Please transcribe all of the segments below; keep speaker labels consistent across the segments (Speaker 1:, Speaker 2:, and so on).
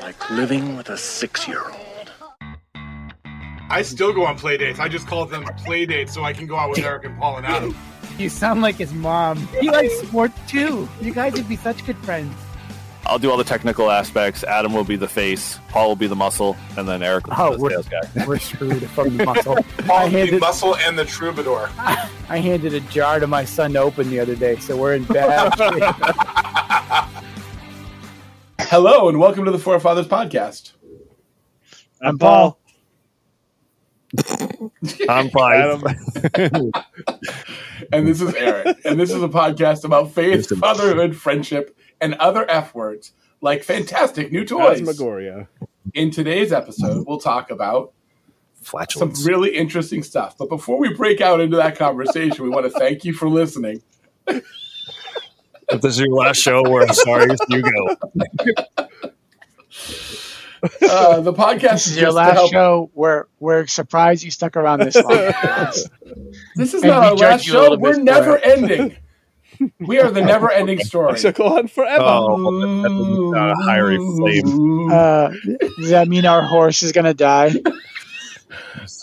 Speaker 1: like living with a six year old.
Speaker 2: I still go on play dates. I just call them play dates so I can go out with Eric and Paul and Adam.
Speaker 3: You sound like his mom. He likes sport too. You guys would be such good friends.
Speaker 4: I'll do all the technical aspects. Adam will be the face. Paul will be the muscle, and then Eric will be
Speaker 5: Oh,
Speaker 4: the
Speaker 5: we're-
Speaker 4: sales guy.
Speaker 5: We're screwed from the muscle. I
Speaker 2: Paul the
Speaker 5: handed,
Speaker 2: muscle and the troubadour.
Speaker 5: I handed a jar to my son to open the other day, so we're in bad shape.
Speaker 6: Hello and welcome to the Forefathers podcast.
Speaker 7: I'm Paul.
Speaker 4: I'm fine.
Speaker 6: And this is Eric. and this is a podcast about faith, fatherhood, friendship, and other F words like fantastic new toys.
Speaker 7: Asmagoria.
Speaker 6: In today's episode, we'll talk about some
Speaker 4: Flatulence.
Speaker 6: really interesting stuff. But before we break out into that conversation, we want to thank you for listening.
Speaker 4: if this is your last show, we're sorry. You go.
Speaker 6: Uh, the podcast
Speaker 7: This is
Speaker 6: just
Speaker 7: your
Speaker 6: to
Speaker 7: last
Speaker 6: help-
Speaker 7: show. We're we're surprised you stuck around this long.
Speaker 6: This is
Speaker 7: and
Speaker 6: not
Speaker 7: we
Speaker 6: our
Speaker 7: judge
Speaker 6: last
Speaker 7: you a little
Speaker 6: show.
Speaker 7: bit
Speaker 6: We're
Speaker 7: for
Speaker 6: never
Speaker 7: it.
Speaker 6: ending. We are the never ending story.
Speaker 7: should
Speaker 6: go on forever.
Speaker 4: Oh, that's a fiery flame.
Speaker 7: uh, does that mean our horse is gonna die?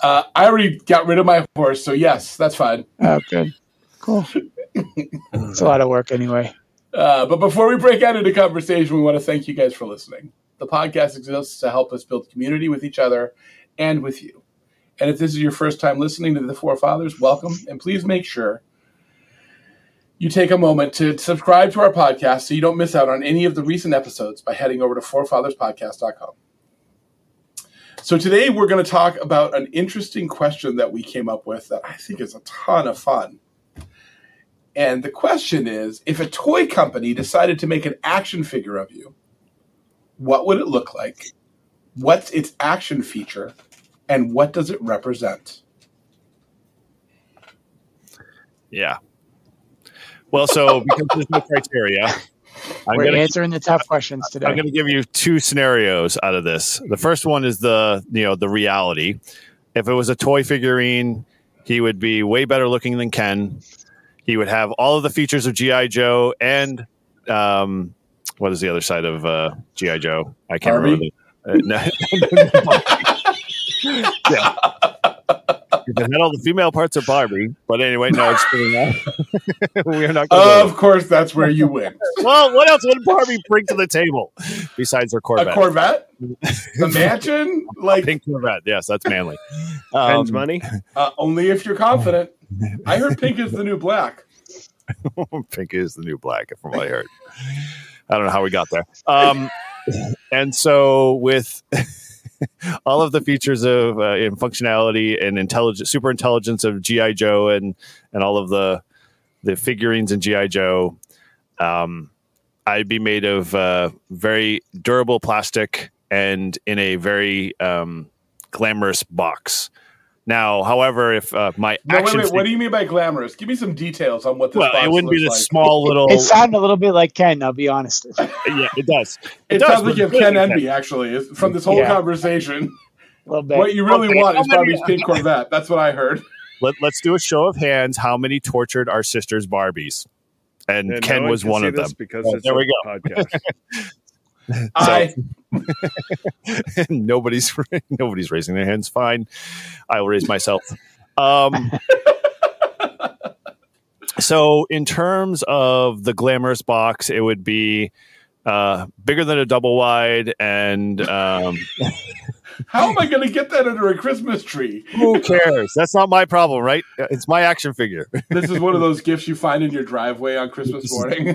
Speaker 6: Uh, I already got rid of my horse, so yes, that's fine.
Speaker 7: Oh, good, cool. It's a lot of work anyway.
Speaker 6: Uh, but before we break out into conversation, we want to thank you guys for listening. The podcast exists to help us build community with each other and with you. And if this is your first time listening to the Forefathers, welcome. And please make sure you take a moment to subscribe to our podcast so you don't miss out on any of the recent episodes by heading over to forefatherspodcast.com. So today we're going to talk about an interesting question that we came up with that I think is a ton of fun. And the question is if a toy company decided to make an action figure of you, what would it look like? What's its action feature? And what does it represent?
Speaker 4: Yeah. Well, so because there's no criteria, I'm
Speaker 7: we're
Speaker 4: gonna
Speaker 7: answering the tough questions today.
Speaker 4: I'm going to give you two scenarios out of this. The first one is the you know the reality. If it was a toy figurine, he would be way better looking than Ken. He would have all of the features of GI Joe and um, what is the other side of uh, GI Joe? I can't
Speaker 6: Barbie?
Speaker 4: remember. the- Uh, no. yeah. It had all the female parts of Barbie, but anyway, no, it's we are not. gonna
Speaker 6: Of course, that's where you win.
Speaker 4: well, what else would Barbie bring to the table besides her Corvette?
Speaker 6: A Corvette? The mansion? Like,
Speaker 4: Pink Corvette. Yes, that's manly.
Speaker 7: Ken's
Speaker 4: Um,
Speaker 7: money.
Speaker 6: uh, only if you're confident. I heard pink is the new black.
Speaker 4: pink is the new black, from what I heard. I don't know how we got there. Um, and so, with all of the features of uh, and functionality and intelligence, super intelligence of GI Joe, and and all of the the figurines in GI Joe, um, I'd be made of uh, very durable plastic and in a very um, glamorous box. Now, however, if uh, my
Speaker 6: No, wait,
Speaker 4: action
Speaker 6: wait, what do you mean by glamorous? Give me some details on what this
Speaker 4: well,
Speaker 6: box
Speaker 4: it wouldn't be
Speaker 6: looks
Speaker 4: this
Speaker 6: like.
Speaker 4: small little.
Speaker 7: It sounded a little bit like Ken. I'll be honest. A
Speaker 4: yeah, it does.
Speaker 6: It,
Speaker 4: does,
Speaker 6: sounds like
Speaker 4: but
Speaker 6: you have
Speaker 4: really
Speaker 6: Ken
Speaker 4: Ken.
Speaker 6: Envy, actually, is- from this whole
Speaker 7: Yeah.
Speaker 6: conversation.
Speaker 7: little bit.
Speaker 6: What you really
Speaker 4: Okay,
Speaker 6: want
Speaker 4: how
Speaker 6: is Barbie's
Speaker 4: many-
Speaker 6: pink Corvette. That's what I heard.
Speaker 4: Let, us do a show of hands. How many tortured our sisters Barbies? And,
Speaker 8: And
Speaker 4: Ken
Speaker 8: no
Speaker 4: was
Speaker 8: can
Speaker 4: one
Speaker 8: see
Speaker 4: of them.
Speaker 8: this Because
Speaker 4: Oh,
Speaker 8: it's
Speaker 4: there
Speaker 8: a
Speaker 4: we
Speaker 8: Podcast.
Speaker 6: I
Speaker 4: nobody's nobody's raising their hands. Fine, I will raise myself. Um, so, in terms of the glamorous box, it would be uh, bigger than a double wide, and um,
Speaker 6: How am I going to get that under a Christmas tree?
Speaker 4: who cares? That's not my problem, right? It's my action figure,
Speaker 6: This is one of those gifts you find in your driveway on Christmas morning.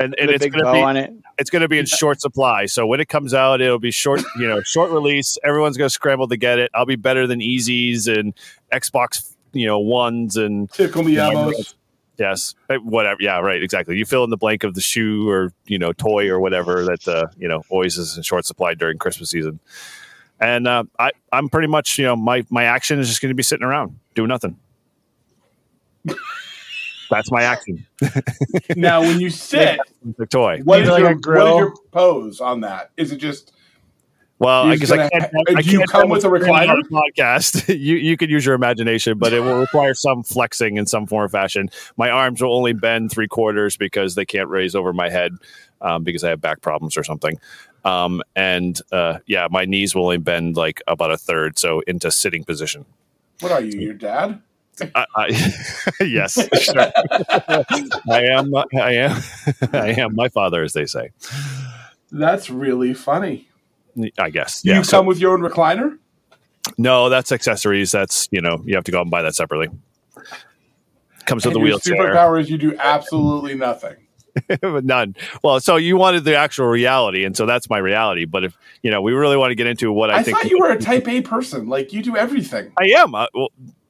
Speaker 4: and, and
Speaker 7: With a
Speaker 4: it's
Speaker 7: big
Speaker 4: going to
Speaker 7: bow
Speaker 4: be
Speaker 7: on it.
Speaker 4: it's going to be in short supply. So when it comes out, it'll be short, you know, short release. Everyone's going to scramble to get it. I'll be better than Easies and Xbox, you know, ones and
Speaker 6: Tickle me,
Speaker 4: Yeah,
Speaker 6: Elmos.
Speaker 4: yes, eh, whatever. Yeah, right, exactly. You fill in the blank of the shoe or you know, toy or whatever that uh, you know always is in short supply during Christmas season. And uh, I, I'm pretty much, you know, my my action is just going to be sitting around doing nothing. That's my action.
Speaker 6: Now, when you sit,
Speaker 4: The toy.
Speaker 6: what is,
Speaker 7: Maybe like
Speaker 6: your,
Speaker 7: a
Speaker 6: what
Speaker 7: grill.
Speaker 6: is your pose on that? Is it just
Speaker 4: Well,
Speaker 6: You're
Speaker 4: I guess
Speaker 6: just
Speaker 4: I
Speaker 6: gonna
Speaker 4: can't.
Speaker 6: ha-
Speaker 4: I
Speaker 6: do you
Speaker 4: can't
Speaker 6: come
Speaker 4: tell
Speaker 6: with a
Speaker 4: what's going on
Speaker 6: recliner?
Speaker 4: in the Podcast. You you can use your imagination, but it will require some flexing in some form or fashion. My arms will only bend three quarters because they can't raise over my head um, because I have back problems or something. Um, and uh, yeah, my knees will only bend like about a third, so into sitting position.
Speaker 6: What are you, your dad?
Speaker 4: I, I, yes, sure. I am. I am. I am my father, as they say.
Speaker 6: That's really funny.
Speaker 4: I guess.
Speaker 6: Do
Speaker 4: Yeah.
Speaker 6: you
Speaker 4: so-
Speaker 6: come with your own recliner?
Speaker 4: no, that's accessories. That's you know you have to go out and buy that separately. Comes with
Speaker 6: And
Speaker 4: a
Speaker 6: your
Speaker 4: wheelchair,
Speaker 6: superpower is you do absolutely nothing.
Speaker 4: none. Well, so you wanted the actual reality, and so that's my reality. But if you know, we really want to get into what I,
Speaker 6: I,
Speaker 4: think.
Speaker 6: thought you were a type A person. Like you do everything.
Speaker 4: I am. I, well,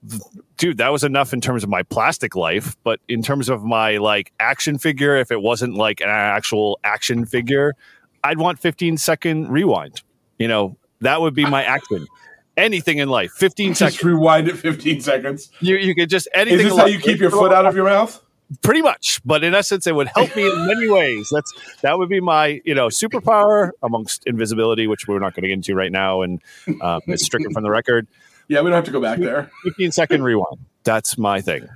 Speaker 4: th- dude, that was enough in terms of my plastic life, but in terms of my like action figure, if it wasn't like an actual action figure, I'd want 15 second rewind. You know, that would be my action. Anything in life, 15
Speaker 6: Just
Speaker 4: seconds.
Speaker 6: rewind it 15 seconds.
Speaker 4: You you could just
Speaker 6: Is
Speaker 4: anything.
Speaker 6: this
Speaker 4: in
Speaker 6: how
Speaker 4: life.
Speaker 6: you keep your foot out of your mouth?
Speaker 4: Pretty much, but in essence, it would help me in many ways. That's that would be my you know superpower amongst invisibility, which we're not going to get into right now, and um, it's stricken from the record.
Speaker 6: Yeah, we don't have to go back there.
Speaker 4: 15 second rewind. That's my thing.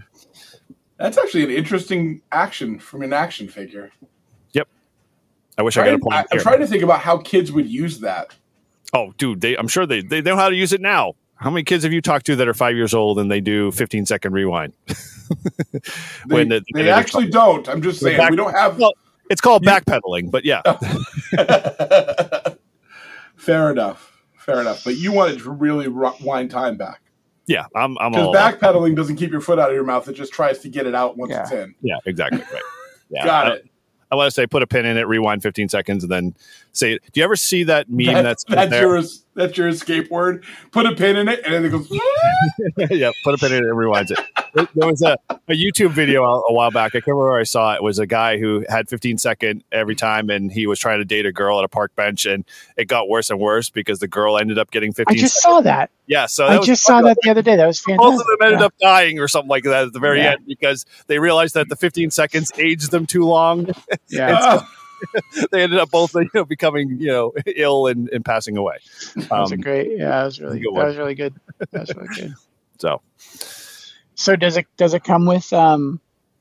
Speaker 6: That's actually an interesting action from an action figure.
Speaker 4: I wish I got
Speaker 6: Trying-
Speaker 4: a point.
Speaker 6: I, I'm
Speaker 4: here.
Speaker 6: trying to think about how kids would use that.
Speaker 4: Oh, dude, they, I'm sure they, they know how to use it now. How many kids have you talked to that are five years old and they do 15 second rewind?
Speaker 6: They,
Speaker 4: When the-
Speaker 6: they
Speaker 4: the-
Speaker 6: actually don't. I'm just saying
Speaker 4: back-
Speaker 6: we don't have.
Speaker 4: Well, it's called backpedaling, but yeah,
Speaker 6: Oh. Fair enough. Fair enough. But you wanted to really ru- wind time back
Speaker 4: yeah, I'm, I'm
Speaker 6: because
Speaker 4: all about-
Speaker 6: backpedaling doesn't keep your foot out of your mouth. It just tries to get it out once
Speaker 5: Yeah.
Speaker 6: it's in.
Speaker 4: yeah, exactly right. Yeah,
Speaker 6: Got
Speaker 4: I,
Speaker 6: it.
Speaker 4: I want to say put a pin in it, rewind 15 seconds, and then say, do you ever see that meme?
Speaker 6: That-
Speaker 4: that's
Speaker 6: that's
Speaker 4: there?
Speaker 6: your es- that's your escape word. Put a pin in it, and then it goes.
Speaker 4: yeah, put a pin in it and rewinds it. There- There was a, a YouTube video a, a while back. I can't remember where I saw it. It was a guy who had 15 second every time, and he was trying to date a girl at a park bench, and it got worse and worse because the girl ended up getting
Speaker 7: I
Speaker 4: 15.
Speaker 7: just saw that.
Speaker 4: yeah, so Oh, that
Speaker 7: I
Speaker 4: was-
Speaker 7: just saw that the other day. That was fantastic.
Speaker 4: both of them ended up dying or something like that at the very
Speaker 7: Yeah.
Speaker 4: end because they realized that the 15 seconds aged them too long.
Speaker 5: Yeah.
Speaker 4: they ended up both you know, becoming you know ill and, and passing away.
Speaker 7: That was a
Speaker 4: Um,
Speaker 7: great. Yeah, that was really.
Speaker 4: good
Speaker 7: That
Speaker 4: one.
Speaker 7: was really good. That was really good.
Speaker 4: so
Speaker 7: So does it does it come with um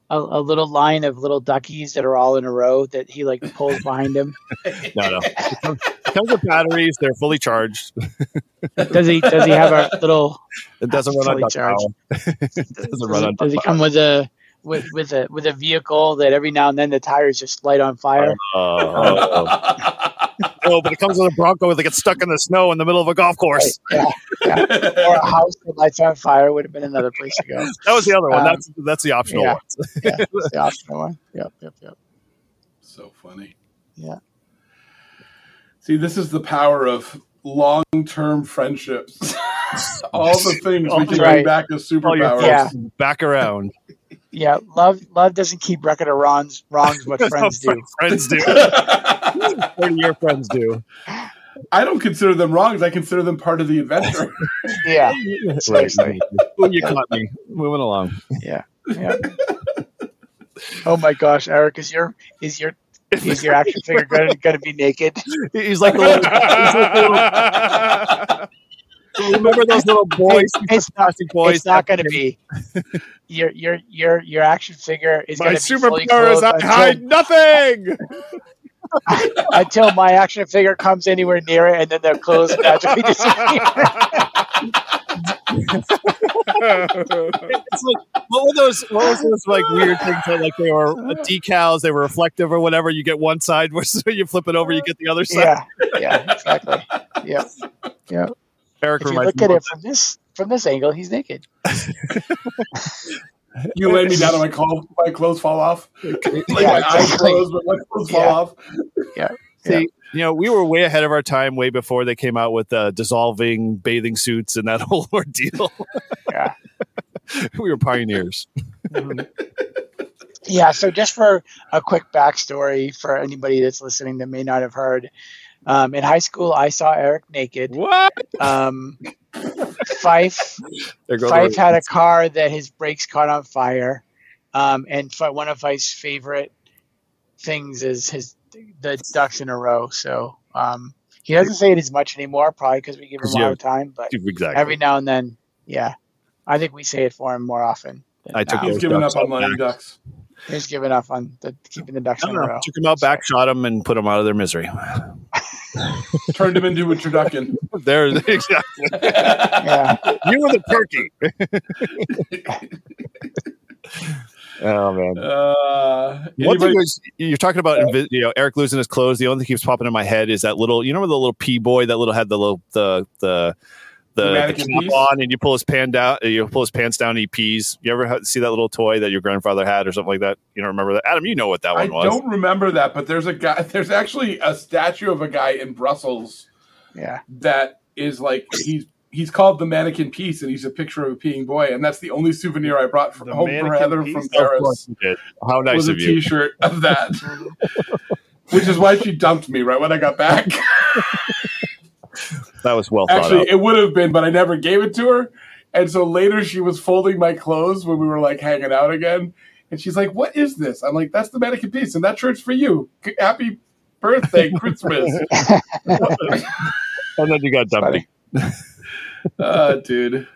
Speaker 7: a, a little line of little duckies that are all in a row that he like pulls behind him?
Speaker 4: no, no. It comes- it comes with batteries. They're fully charged.
Speaker 7: Does he does he have a little?
Speaker 4: It doesn't run on
Speaker 7: Fully
Speaker 4: duck
Speaker 7: charged.
Speaker 4: power. it doesn't
Speaker 7: Does,
Speaker 4: run on
Speaker 7: it, does he
Speaker 4: duck
Speaker 7: come with a with with a with a vehicle that every now and then the tires just light on fire?
Speaker 4: power. Uh, no, but it comes with a Bronco that gets stuck in the snow in the middle of a golf course.
Speaker 7: Or a house that lights on fire would have been another place to go.
Speaker 4: That was the other one.
Speaker 7: Um,
Speaker 4: That's that's the optional
Speaker 7: yeah.
Speaker 4: one.
Speaker 7: It's the optional one. Yep, yep, yep.
Speaker 6: so funny.
Speaker 7: Yeah.
Speaker 6: See, this is the power of long-term friendships. All the things we can bring
Speaker 7: Right.
Speaker 6: back as
Speaker 4: All your
Speaker 6: superpowers.
Speaker 4: folks
Speaker 7: Yeah.
Speaker 4: back around.
Speaker 7: Yeah, love love doesn't keep record of wrongs wrongs what friends do.
Speaker 4: Friends do. What do your friends do?
Speaker 6: I don't consider them wrongs. I consider them part of the adventure.
Speaker 7: Yeah.
Speaker 4: Right.
Speaker 7: Seriously.
Speaker 4: Well, you caught me. Moving along.
Speaker 7: Yeah. oh my gosh, Eric, is your is your is your action figure gonna, gonna be naked?
Speaker 4: He's like the little. he's like the little- remember those little boys?
Speaker 7: It's not.
Speaker 4: Plastic boys.
Speaker 7: it's not gonna be. Your your your your action figure is
Speaker 4: My
Speaker 7: gonna be fully
Speaker 4: superpower is
Speaker 7: clothed until,
Speaker 4: I hide nothing.
Speaker 7: until my action figure comes anywhere near it, and then their clothes magically disappear.
Speaker 4: it's like what were those? What was those like weird things that like they were uh, decals? They were reflective or whatever. You get one side, where so you flip it over, you get the other side.
Speaker 7: yeah, yeah, exactly. Yeah.
Speaker 4: Eric
Speaker 7: If you look
Speaker 4: reminds me.
Speaker 7: at it from this from this angle, he's naked.
Speaker 6: you lay me down and my, clo- my clothes fall off. Like
Speaker 7: Yeah,
Speaker 6: my eyes
Speaker 7: exactly.
Speaker 6: closed, but my clothes fall
Speaker 7: Yeah.
Speaker 6: off.
Speaker 4: See, you know, we were way ahead of our time, way before they came out with uh, dissolving bathing suits and that whole ordeal.
Speaker 7: Yeah.
Speaker 4: we were pioneers.
Speaker 7: Yeah, so just for a quick backstory for anybody that's listening that may not have heard, um, in high school I saw Eric naked.
Speaker 4: What?
Speaker 7: Um, Fife
Speaker 4: There goes
Speaker 7: Fife had a car that his brakes caught on fire, um, and Fi- one of Fife's favorite things is his the ducks in a row. So um, he doesn't say it as much anymore, probably because we give him
Speaker 4: 'Cause
Speaker 7: a
Speaker 4: you-
Speaker 7: lot of time. But
Speaker 4: exactly.
Speaker 7: every now and then, yeah, I think we say it for him more often. than
Speaker 4: I took
Speaker 7: now.
Speaker 6: He's
Speaker 4: Those
Speaker 6: given up
Speaker 4: ducks
Speaker 6: on
Speaker 4: out
Speaker 6: laying ducks.
Speaker 7: He's given up on the, keeping the ducks
Speaker 4: I
Speaker 7: in
Speaker 4: don't
Speaker 7: a
Speaker 4: know.
Speaker 7: row.
Speaker 4: Took them out back, shot them, and put them out of their misery.
Speaker 6: Turned him into a turducken.
Speaker 4: There, exactly.
Speaker 7: Yeah.
Speaker 4: You were the turkey. oh man.
Speaker 6: Uh,
Speaker 4: One thing
Speaker 6: anybody-
Speaker 4: was, you're talking about, invi- you know, Eric losing his clothes. The only thing keeps popping in my head is that little, you know, the little pea boy that little had the little the the the,
Speaker 6: The
Speaker 4: the
Speaker 6: mannequin
Speaker 4: cap
Speaker 6: piece?
Speaker 4: on, and you pull his pan down, you pull his pants down, and he pees. You ever ha- see that little toy that your grandfather had or something like that? You don't remember that, Adam? You know what that
Speaker 6: I
Speaker 4: one was?
Speaker 6: don't remember that, but there's a guy. There's actually a statue of a guy in Brussels
Speaker 7: Yeah.
Speaker 6: that is like he's he's called the mannequin piece, and he's a picture of a peeing boy, and that's the only souvenir I brought from
Speaker 4: The
Speaker 6: home for
Speaker 4: mannequin
Speaker 6: Heather
Speaker 4: piece?
Speaker 6: from
Speaker 4: Of
Speaker 6: Paris.
Speaker 4: course you did. How nice
Speaker 6: was a
Speaker 4: of you!
Speaker 6: shirt of that. Which is why she dumped me right when I got back.
Speaker 4: That was well thought out.
Speaker 6: Actually, it would have been, but I never gave it to her. And so later she was folding my clothes when we were like hanging out again. And she's like, What is this? I'm like, That's the mannequin piece, and that shirt's for you. C- Happy birthday, Christmas.
Speaker 4: And then you got dumped.
Speaker 6: uh, dude,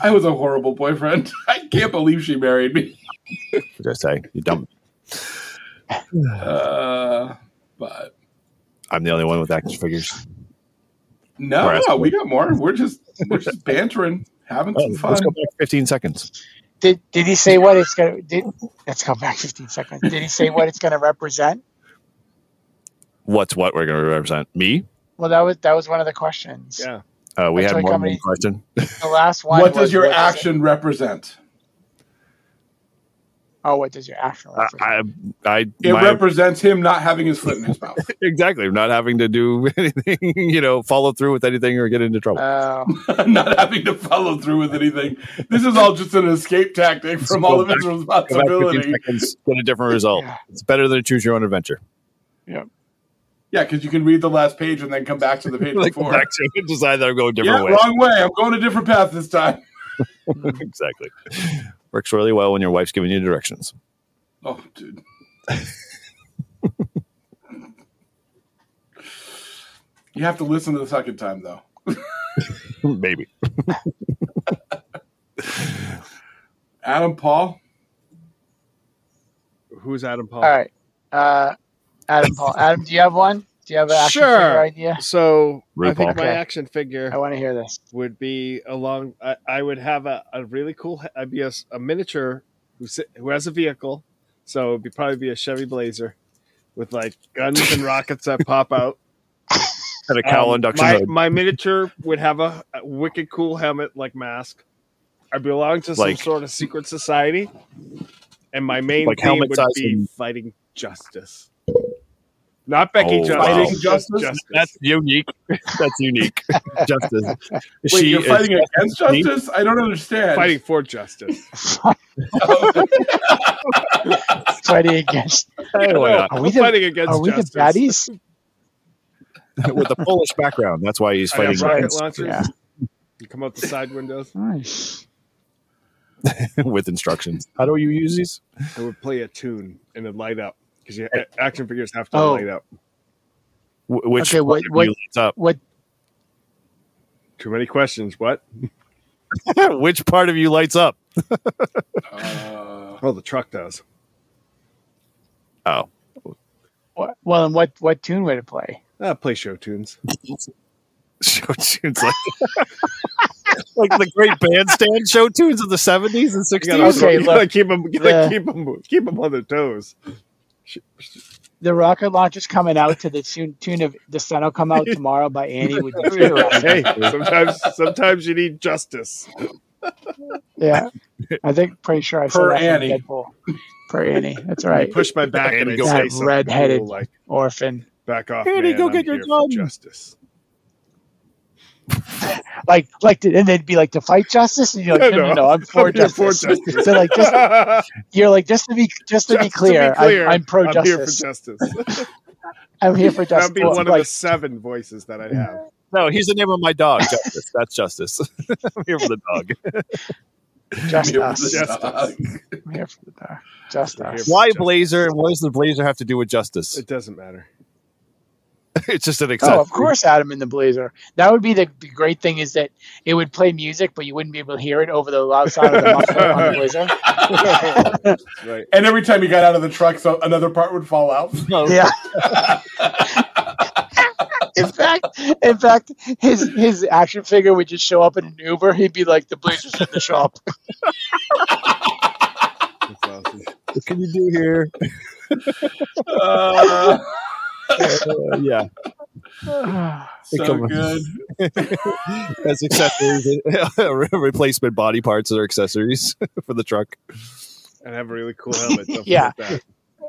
Speaker 6: I was a horrible boyfriend. I can't believe she married me.
Speaker 4: Did I say you dumped?
Speaker 6: Uh, but
Speaker 4: I'm the only one with action figures.
Speaker 6: no,
Speaker 4: Alright.
Speaker 6: no, we got more. We're just we're just bantering, having
Speaker 4: Oh,
Speaker 6: some fun.
Speaker 4: let's go back 15 seconds.
Speaker 7: Did Did he say what it's gonna? Did let's go back 15 seconds. Did he say what it's gonna represent?
Speaker 4: What's what we're going to represent? Me?
Speaker 7: Well, that was that was one of the questions.
Speaker 4: Yeah. Uh, we
Speaker 7: That's
Speaker 4: had
Speaker 7: like
Speaker 4: more
Speaker 7: how
Speaker 4: than one
Speaker 7: many-
Speaker 4: question.
Speaker 7: The last one.
Speaker 6: What does
Speaker 7: was,
Speaker 6: your
Speaker 7: what does it-
Speaker 6: action represent?
Speaker 7: oh, what does your action
Speaker 4: I,
Speaker 7: represent?
Speaker 4: I, I
Speaker 6: It
Speaker 4: my-
Speaker 6: represents him not having his foot in his mouth.
Speaker 4: exactly not having to do anything, you know, follow through with anything or get into trouble.
Speaker 6: Uh,
Speaker 7: Oh,
Speaker 6: not having to follow through with anything. This is all just an escape tactic from all of his
Speaker 4: Go back 15
Speaker 6: responsibility.
Speaker 4: seconds, get a different result.
Speaker 7: Yeah.
Speaker 4: It's better than a choose your own adventure.
Speaker 6: Yeah, because you can read the last page and then come back to the page
Speaker 4: Like
Speaker 6: before.
Speaker 4: back to decide that I'm going a
Speaker 6: Yeah,
Speaker 4: different way.
Speaker 6: wrong way. I'm going a different path this time.
Speaker 4: Exactly. Works really well when your wife's giving you directions.
Speaker 6: Oh, dude. you have to listen to the second time, though.
Speaker 4: Maybe.
Speaker 6: Adam Paul.
Speaker 8: Who's Adam Paul?
Speaker 7: all right. Uh, Adam Paul. Adam, do you have one? Do you have an action
Speaker 8: Sure.
Speaker 7: figure idea?
Speaker 8: So I think
Speaker 4: RuPaul.
Speaker 8: my
Speaker 7: Okay.
Speaker 8: action figure
Speaker 7: I want to hear this.
Speaker 8: would be along. I, I would have a, a really cool. he- I'd be a, s- a miniature who si- who has a vehicle. So it'd be, probably be a Chevy Blazer with like guns and rockets that pop out.
Speaker 4: Had a cowl
Speaker 8: Um,
Speaker 4: induction.
Speaker 8: My,
Speaker 4: hood.
Speaker 8: my miniature would have a, a wicked cool helmet like mask. I belong to
Speaker 4: Like-
Speaker 8: some sort of secret society, and my main
Speaker 4: Like
Speaker 8: theme
Speaker 4: helmet
Speaker 8: would
Speaker 4: size
Speaker 8: be
Speaker 4: and-
Speaker 8: fighting justice. Not Becky
Speaker 4: Oh,
Speaker 8: Justice.
Speaker 4: wow.
Speaker 8: just
Speaker 6: Justice?
Speaker 4: That's unique. That's unique. Justice.
Speaker 6: Wait, you're
Speaker 4: is-
Speaker 6: fighting against
Speaker 4: me?
Speaker 6: justice? I don't understand.
Speaker 8: fighting for justice.
Speaker 7: Fighting against.
Speaker 4: Hey, why not?
Speaker 7: Are
Speaker 8: I'm
Speaker 7: we the-
Speaker 8: fighting against
Speaker 7: Are we the
Speaker 8: justice.
Speaker 7: baddies?
Speaker 4: With a Polish background. That's why he's
Speaker 8: I have
Speaker 4: fighting.
Speaker 8: rocket
Speaker 4: against-
Speaker 8: launchers.
Speaker 7: Yeah.
Speaker 8: You come out the side windows.
Speaker 7: Nice.
Speaker 4: with instructions. How do you use these?
Speaker 8: I would play a tune and it'd light up because action figures have to
Speaker 7: Oh.
Speaker 8: light up.
Speaker 4: Wh- Which
Speaker 7: Okay, what-
Speaker 4: one
Speaker 7: what-
Speaker 4: you lights up?
Speaker 7: What?
Speaker 8: Too many questions. What?
Speaker 4: which part of you lights up?
Speaker 6: Uh,
Speaker 8: Oh, the truck does.
Speaker 4: Oh,
Speaker 7: What? Well, and what? What tune would it play?
Speaker 8: Uh, play show tunes.
Speaker 4: show tunes like, like the great bandstand show tunes of the seventies and
Speaker 8: You gotta,
Speaker 4: sixties.
Speaker 7: Okay,
Speaker 8: you gotta
Speaker 7: look.
Speaker 8: keep them,
Speaker 7: The-
Speaker 8: keep them, keep them on their toes.
Speaker 7: The rocket launcher's coming out to the tune, tune of "The Sun Will Come Out Tomorrow" by Annie with the Tree Rock.
Speaker 8: hey, sometimes, sometimes you need justice.
Speaker 7: Yeah, I think pretty sure I saw
Speaker 6: Per
Speaker 7: that from
Speaker 6: Annie.
Speaker 7: Deadpool. Per Annie, that's right.
Speaker 8: Push my back
Speaker 4: And
Speaker 8: and, I'd
Speaker 4: go-
Speaker 8: say
Speaker 7: That
Speaker 8: something
Speaker 7: redheaded-
Speaker 8: cool, like
Speaker 7: Orphan,
Speaker 8: back off.
Speaker 4: Andy,
Speaker 8: man,
Speaker 4: go
Speaker 8: I'm
Speaker 4: get your
Speaker 8: here for
Speaker 4: gun.
Speaker 8: justice.
Speaker 7: like, like, the, and they'd be like to fight justice, and you're like, no, no, no, I'm for
Speaker 8: I'm here for
Speaker 7: justice. So like, just
Speaker 8: justice.
Speaker 7: you're like, just to be, just to
Speaker 8: Just
Speaker 7: be clear, I'm, I'm pro
Speaker 8: I'm here for
Speaker 7: justice.
Speaker 8: justice.
Speaker 7: I'm here for justice.
Speaker 8: That'd be one of
Speaker 7: Like,
Speaker 8: the seven voices that I'd have.
Speaker 4: No, he's the name of my dog, Justice. That's Justice. I'm here for the dog.
Speaker 7: just
Speaker 6: here for
Speaker 7: us.
Speaker 6: the
Speaker 8: Justice.
Speaker 6: dog.
Speaker 7: I'm here for the dark. Just
Speaker 8: We're here
Speaker 7: us.
Speaker 8: for-
Speaker 4: Why
Speaker 8: Justice.
Speaker 4: Blazer and what does the Blazer have to do with justice?
Speaker 8: It doesn't matter.
Speaker 4: It's just an
Speaker 7: Oh,
Speaker 4: accessory.
Speaker 7: of course, Adam in the Blazer. That would be the, the great thing is that it would play music, but you wouldn't be able to hear it over the loud sound of the muffler on the Blazer.
Speaker 8: Right.
Speaker 6: And every time he got out of the truck, so another part would fall out.
Speaker 7: Yeah. In fact, in fact, his his action figure would just show up in an Uber. He'd be like, "The Blazers in the shop."
Speaker 8: That's awesome.
Speaker 4: What can you do here? Uh,
Speaker 6: Uh,
Speaker 4: yeah,
Speaker 7: Oh,
Speaker 6: so
Speaker 4: Come-
Speaker 6: good.
Speaker 4: as accessories, replacement body parts or accessories for the truck.
Speaker 8: And have a really cool helmet. Don't
Speaker 7: Yeah.
Speaker 8: forget that.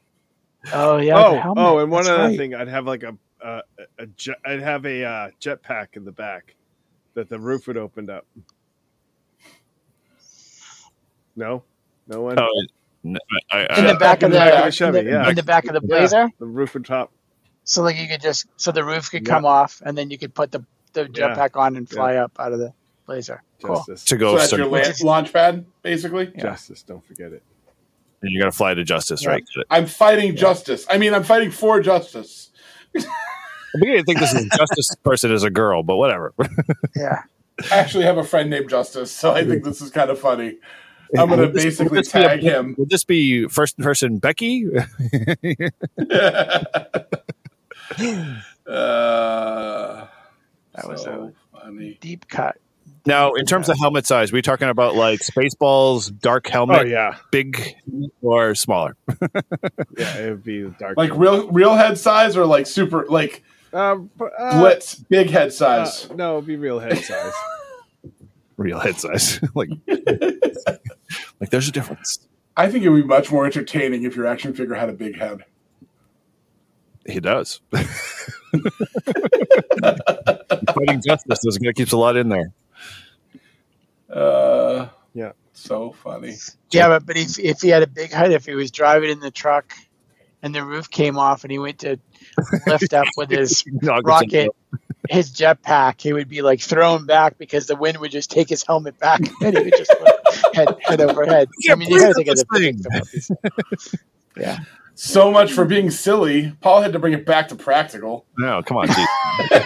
Speaker 7: Oh yeah. the
Speaker 8: Oh,
Speaker 7: helmet.
Speaker 8: oh, and one
Speaker 7: That's
Speaker 8: other
Speaker 7: right.
Speaker 8: thing, I'd have like a, uh, a jet, I'd have a uh, jetpack in the back that the roof would opened up. No, no one.
Speaker 4: Oh, n- I- I-
Speaker 7: In the back of
Speaker 8: In the back of the
Speaker 7: the
Speaker 8: Chevy,
Speaker 7: in the-
Speaker 8: yeah.
Speaker 7: in the back of the
Speaker 8: Yeah,
Speaker 7: blazer.
Speaker 8: the roof would top.
Speaker 7: So like you could just so the roof could
Speaker 8: Yeah.
Speaker 7: come off and then you could put the the
Speaker 8: Yeah.
Speaker 7: jetpack on and fly up out of the blazer. Cool.
Speaker 8: Justice,
Speaker 4: to
Speaker 6: So
Speaker 4: go,
Speaker 6: that's
Speaker 4: so
Speaker 6: your
Speaker 4: and
Speaker 6: la- launch pad, basically.
Speaker 7: Yeah.
Speaker 8: justice. Don't forget it.
Speaker 4: you're gonna fly to justice, right?
Speaker 6: I'm fighting justice. I mean, I'm fighting for justice.
Speaker 4: I'm beginning to think this is justice person is a girl, but whatever.
Speaker 7: Yeah.
Speaker 6: I actually have a friend named Justice, so I think this is kind of funny. I'm going to
Speaker 4: Would this-
Speaker 6: basically
Speaker 4: would this be a-
Speaker 6: tag him.
Speaker 4: Would this be first person Becky?
Speaker 6: Uh,
Speaker 7: That was
Speaker 6: so funny.
Speaker 7: Deep cut.
Speaker 4: now, in terms of helmet size, we talking about like Spaceballs, dark helmet,
Speaker 8: Oh yeah,
Speaker 4: big or smaller?
Speaker 8: yeah. It would be dark.
Speaker 6: Like real, real head size or like super, like
Speaker 8: um, but, uh,
Speaker 6: blitz, big head
Speaker 8: uh,
Speaker 6: size.
Speaker 8: no, it'd be real head size.
Speaker 4: Real head size, like like there's a difference.
Speaker 6: I think it would be much more entertaining if your action figure had a big head.
Speaker 4: He does. Fighting justice is going keeps a lot in there.
Speaker 6: Uh,
Speaker 8: Yeah.
Speaker 6: so funny.
Speaker 7: Yeah, but, but if if he had a big head, if he was driving in the truck and the roof came off and he went to lift up with his
Speaker 4: Dog or something.
Speaker 7: rocket his jetpack, he would be like thrown back because the wind would just take his helmet back and he would just look head head over head.
Speaker 4: Yeah,
Speaker 7: you gotta
Speaker 4: breathe
Speaker 7: think of
Speaker 4: this
Speaker 7: the
Speaker 4: thing.
Speaker 7: victim of these. Yeah.
Speaker 6: So much for being silly. Paul had to bring it back to practical.
Speaker 4: No, come on, dude.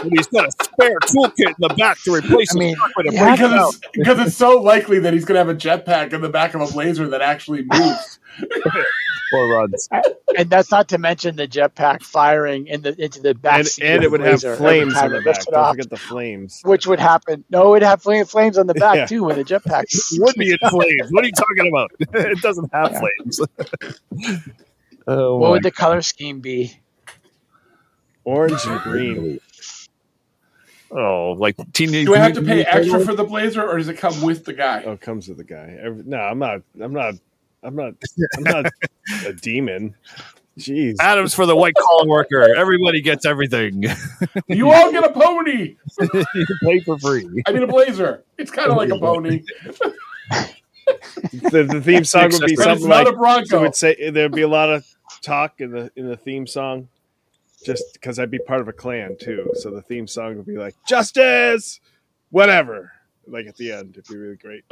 Speaker 4: And he's got a spare toolkit in the back to replace
Speaker 7: I mean,
Speaker 4: his truck with a
Speaker 7: yeah,
Speaker 4: break it out.
Speaker 6: Because it's, because it's so likely that he's going to have a jetpack in the back of a blazer that actually moves.
Speaker 4: Or runs.
Speaker 7: and that's not to mention the jetpack firing in the into the back
Speaker 8: and
Speaker 7: seat of
Speaker 8: and
Speaker 7: the
Speaker 8: it would have
Speaker 7: Blazer every
Speaker 8: flames
Speaker 7: time
Speaker 8: on the
Speaker 7: it
Speaker 8: back.
Speaker 7: lifted
Speaker 8: Don't
Speaker 7: off,
Speaker 8: forget the flames.
Speaker 7: which would happen. No, it'd have fl- flames on the back
Speaker 8: Yeah.
Speaker 7: too when the jetpack.
Speaker 4: Would be in flames. What are you talking about? It doesn't have flames. oh,
Speaker 7: What
Speaker 4: my
Speaker 7: would the color scheme be?
Speaker 8: Orange and green.
Speaker 4: Oh, like teenage.
Speaker 6: Do I have to pay extra for the blazer, or does it come with the guy?
Speaker 8: Oh, it comes with the guy. Every, no, I'm not. I'm not. I'm not. I'm not a demon. Jeez.
Speaker 4: Adams for the white collar worker? Everybody gets everything. you
Speaker 6: You all get a pony.
Speaker 4: can pay for free.
Speaker 6: I mean, a blazer. It's kind of like a pony,
Speaker 8: the, the theme song would be
Speaker 4: But
Speaker 6: but it's
Speaker 8: something
Speaker 6: not
Speaker 8: like
Speaker 6: a
Speaker 8: so
Speaker 6: Bronco.
Speaker 8: it would say there'd be a lot of talk in the in the theme song just because i'd be part of a clan too so the theme song would be like justice whatever like at the end it'd be really great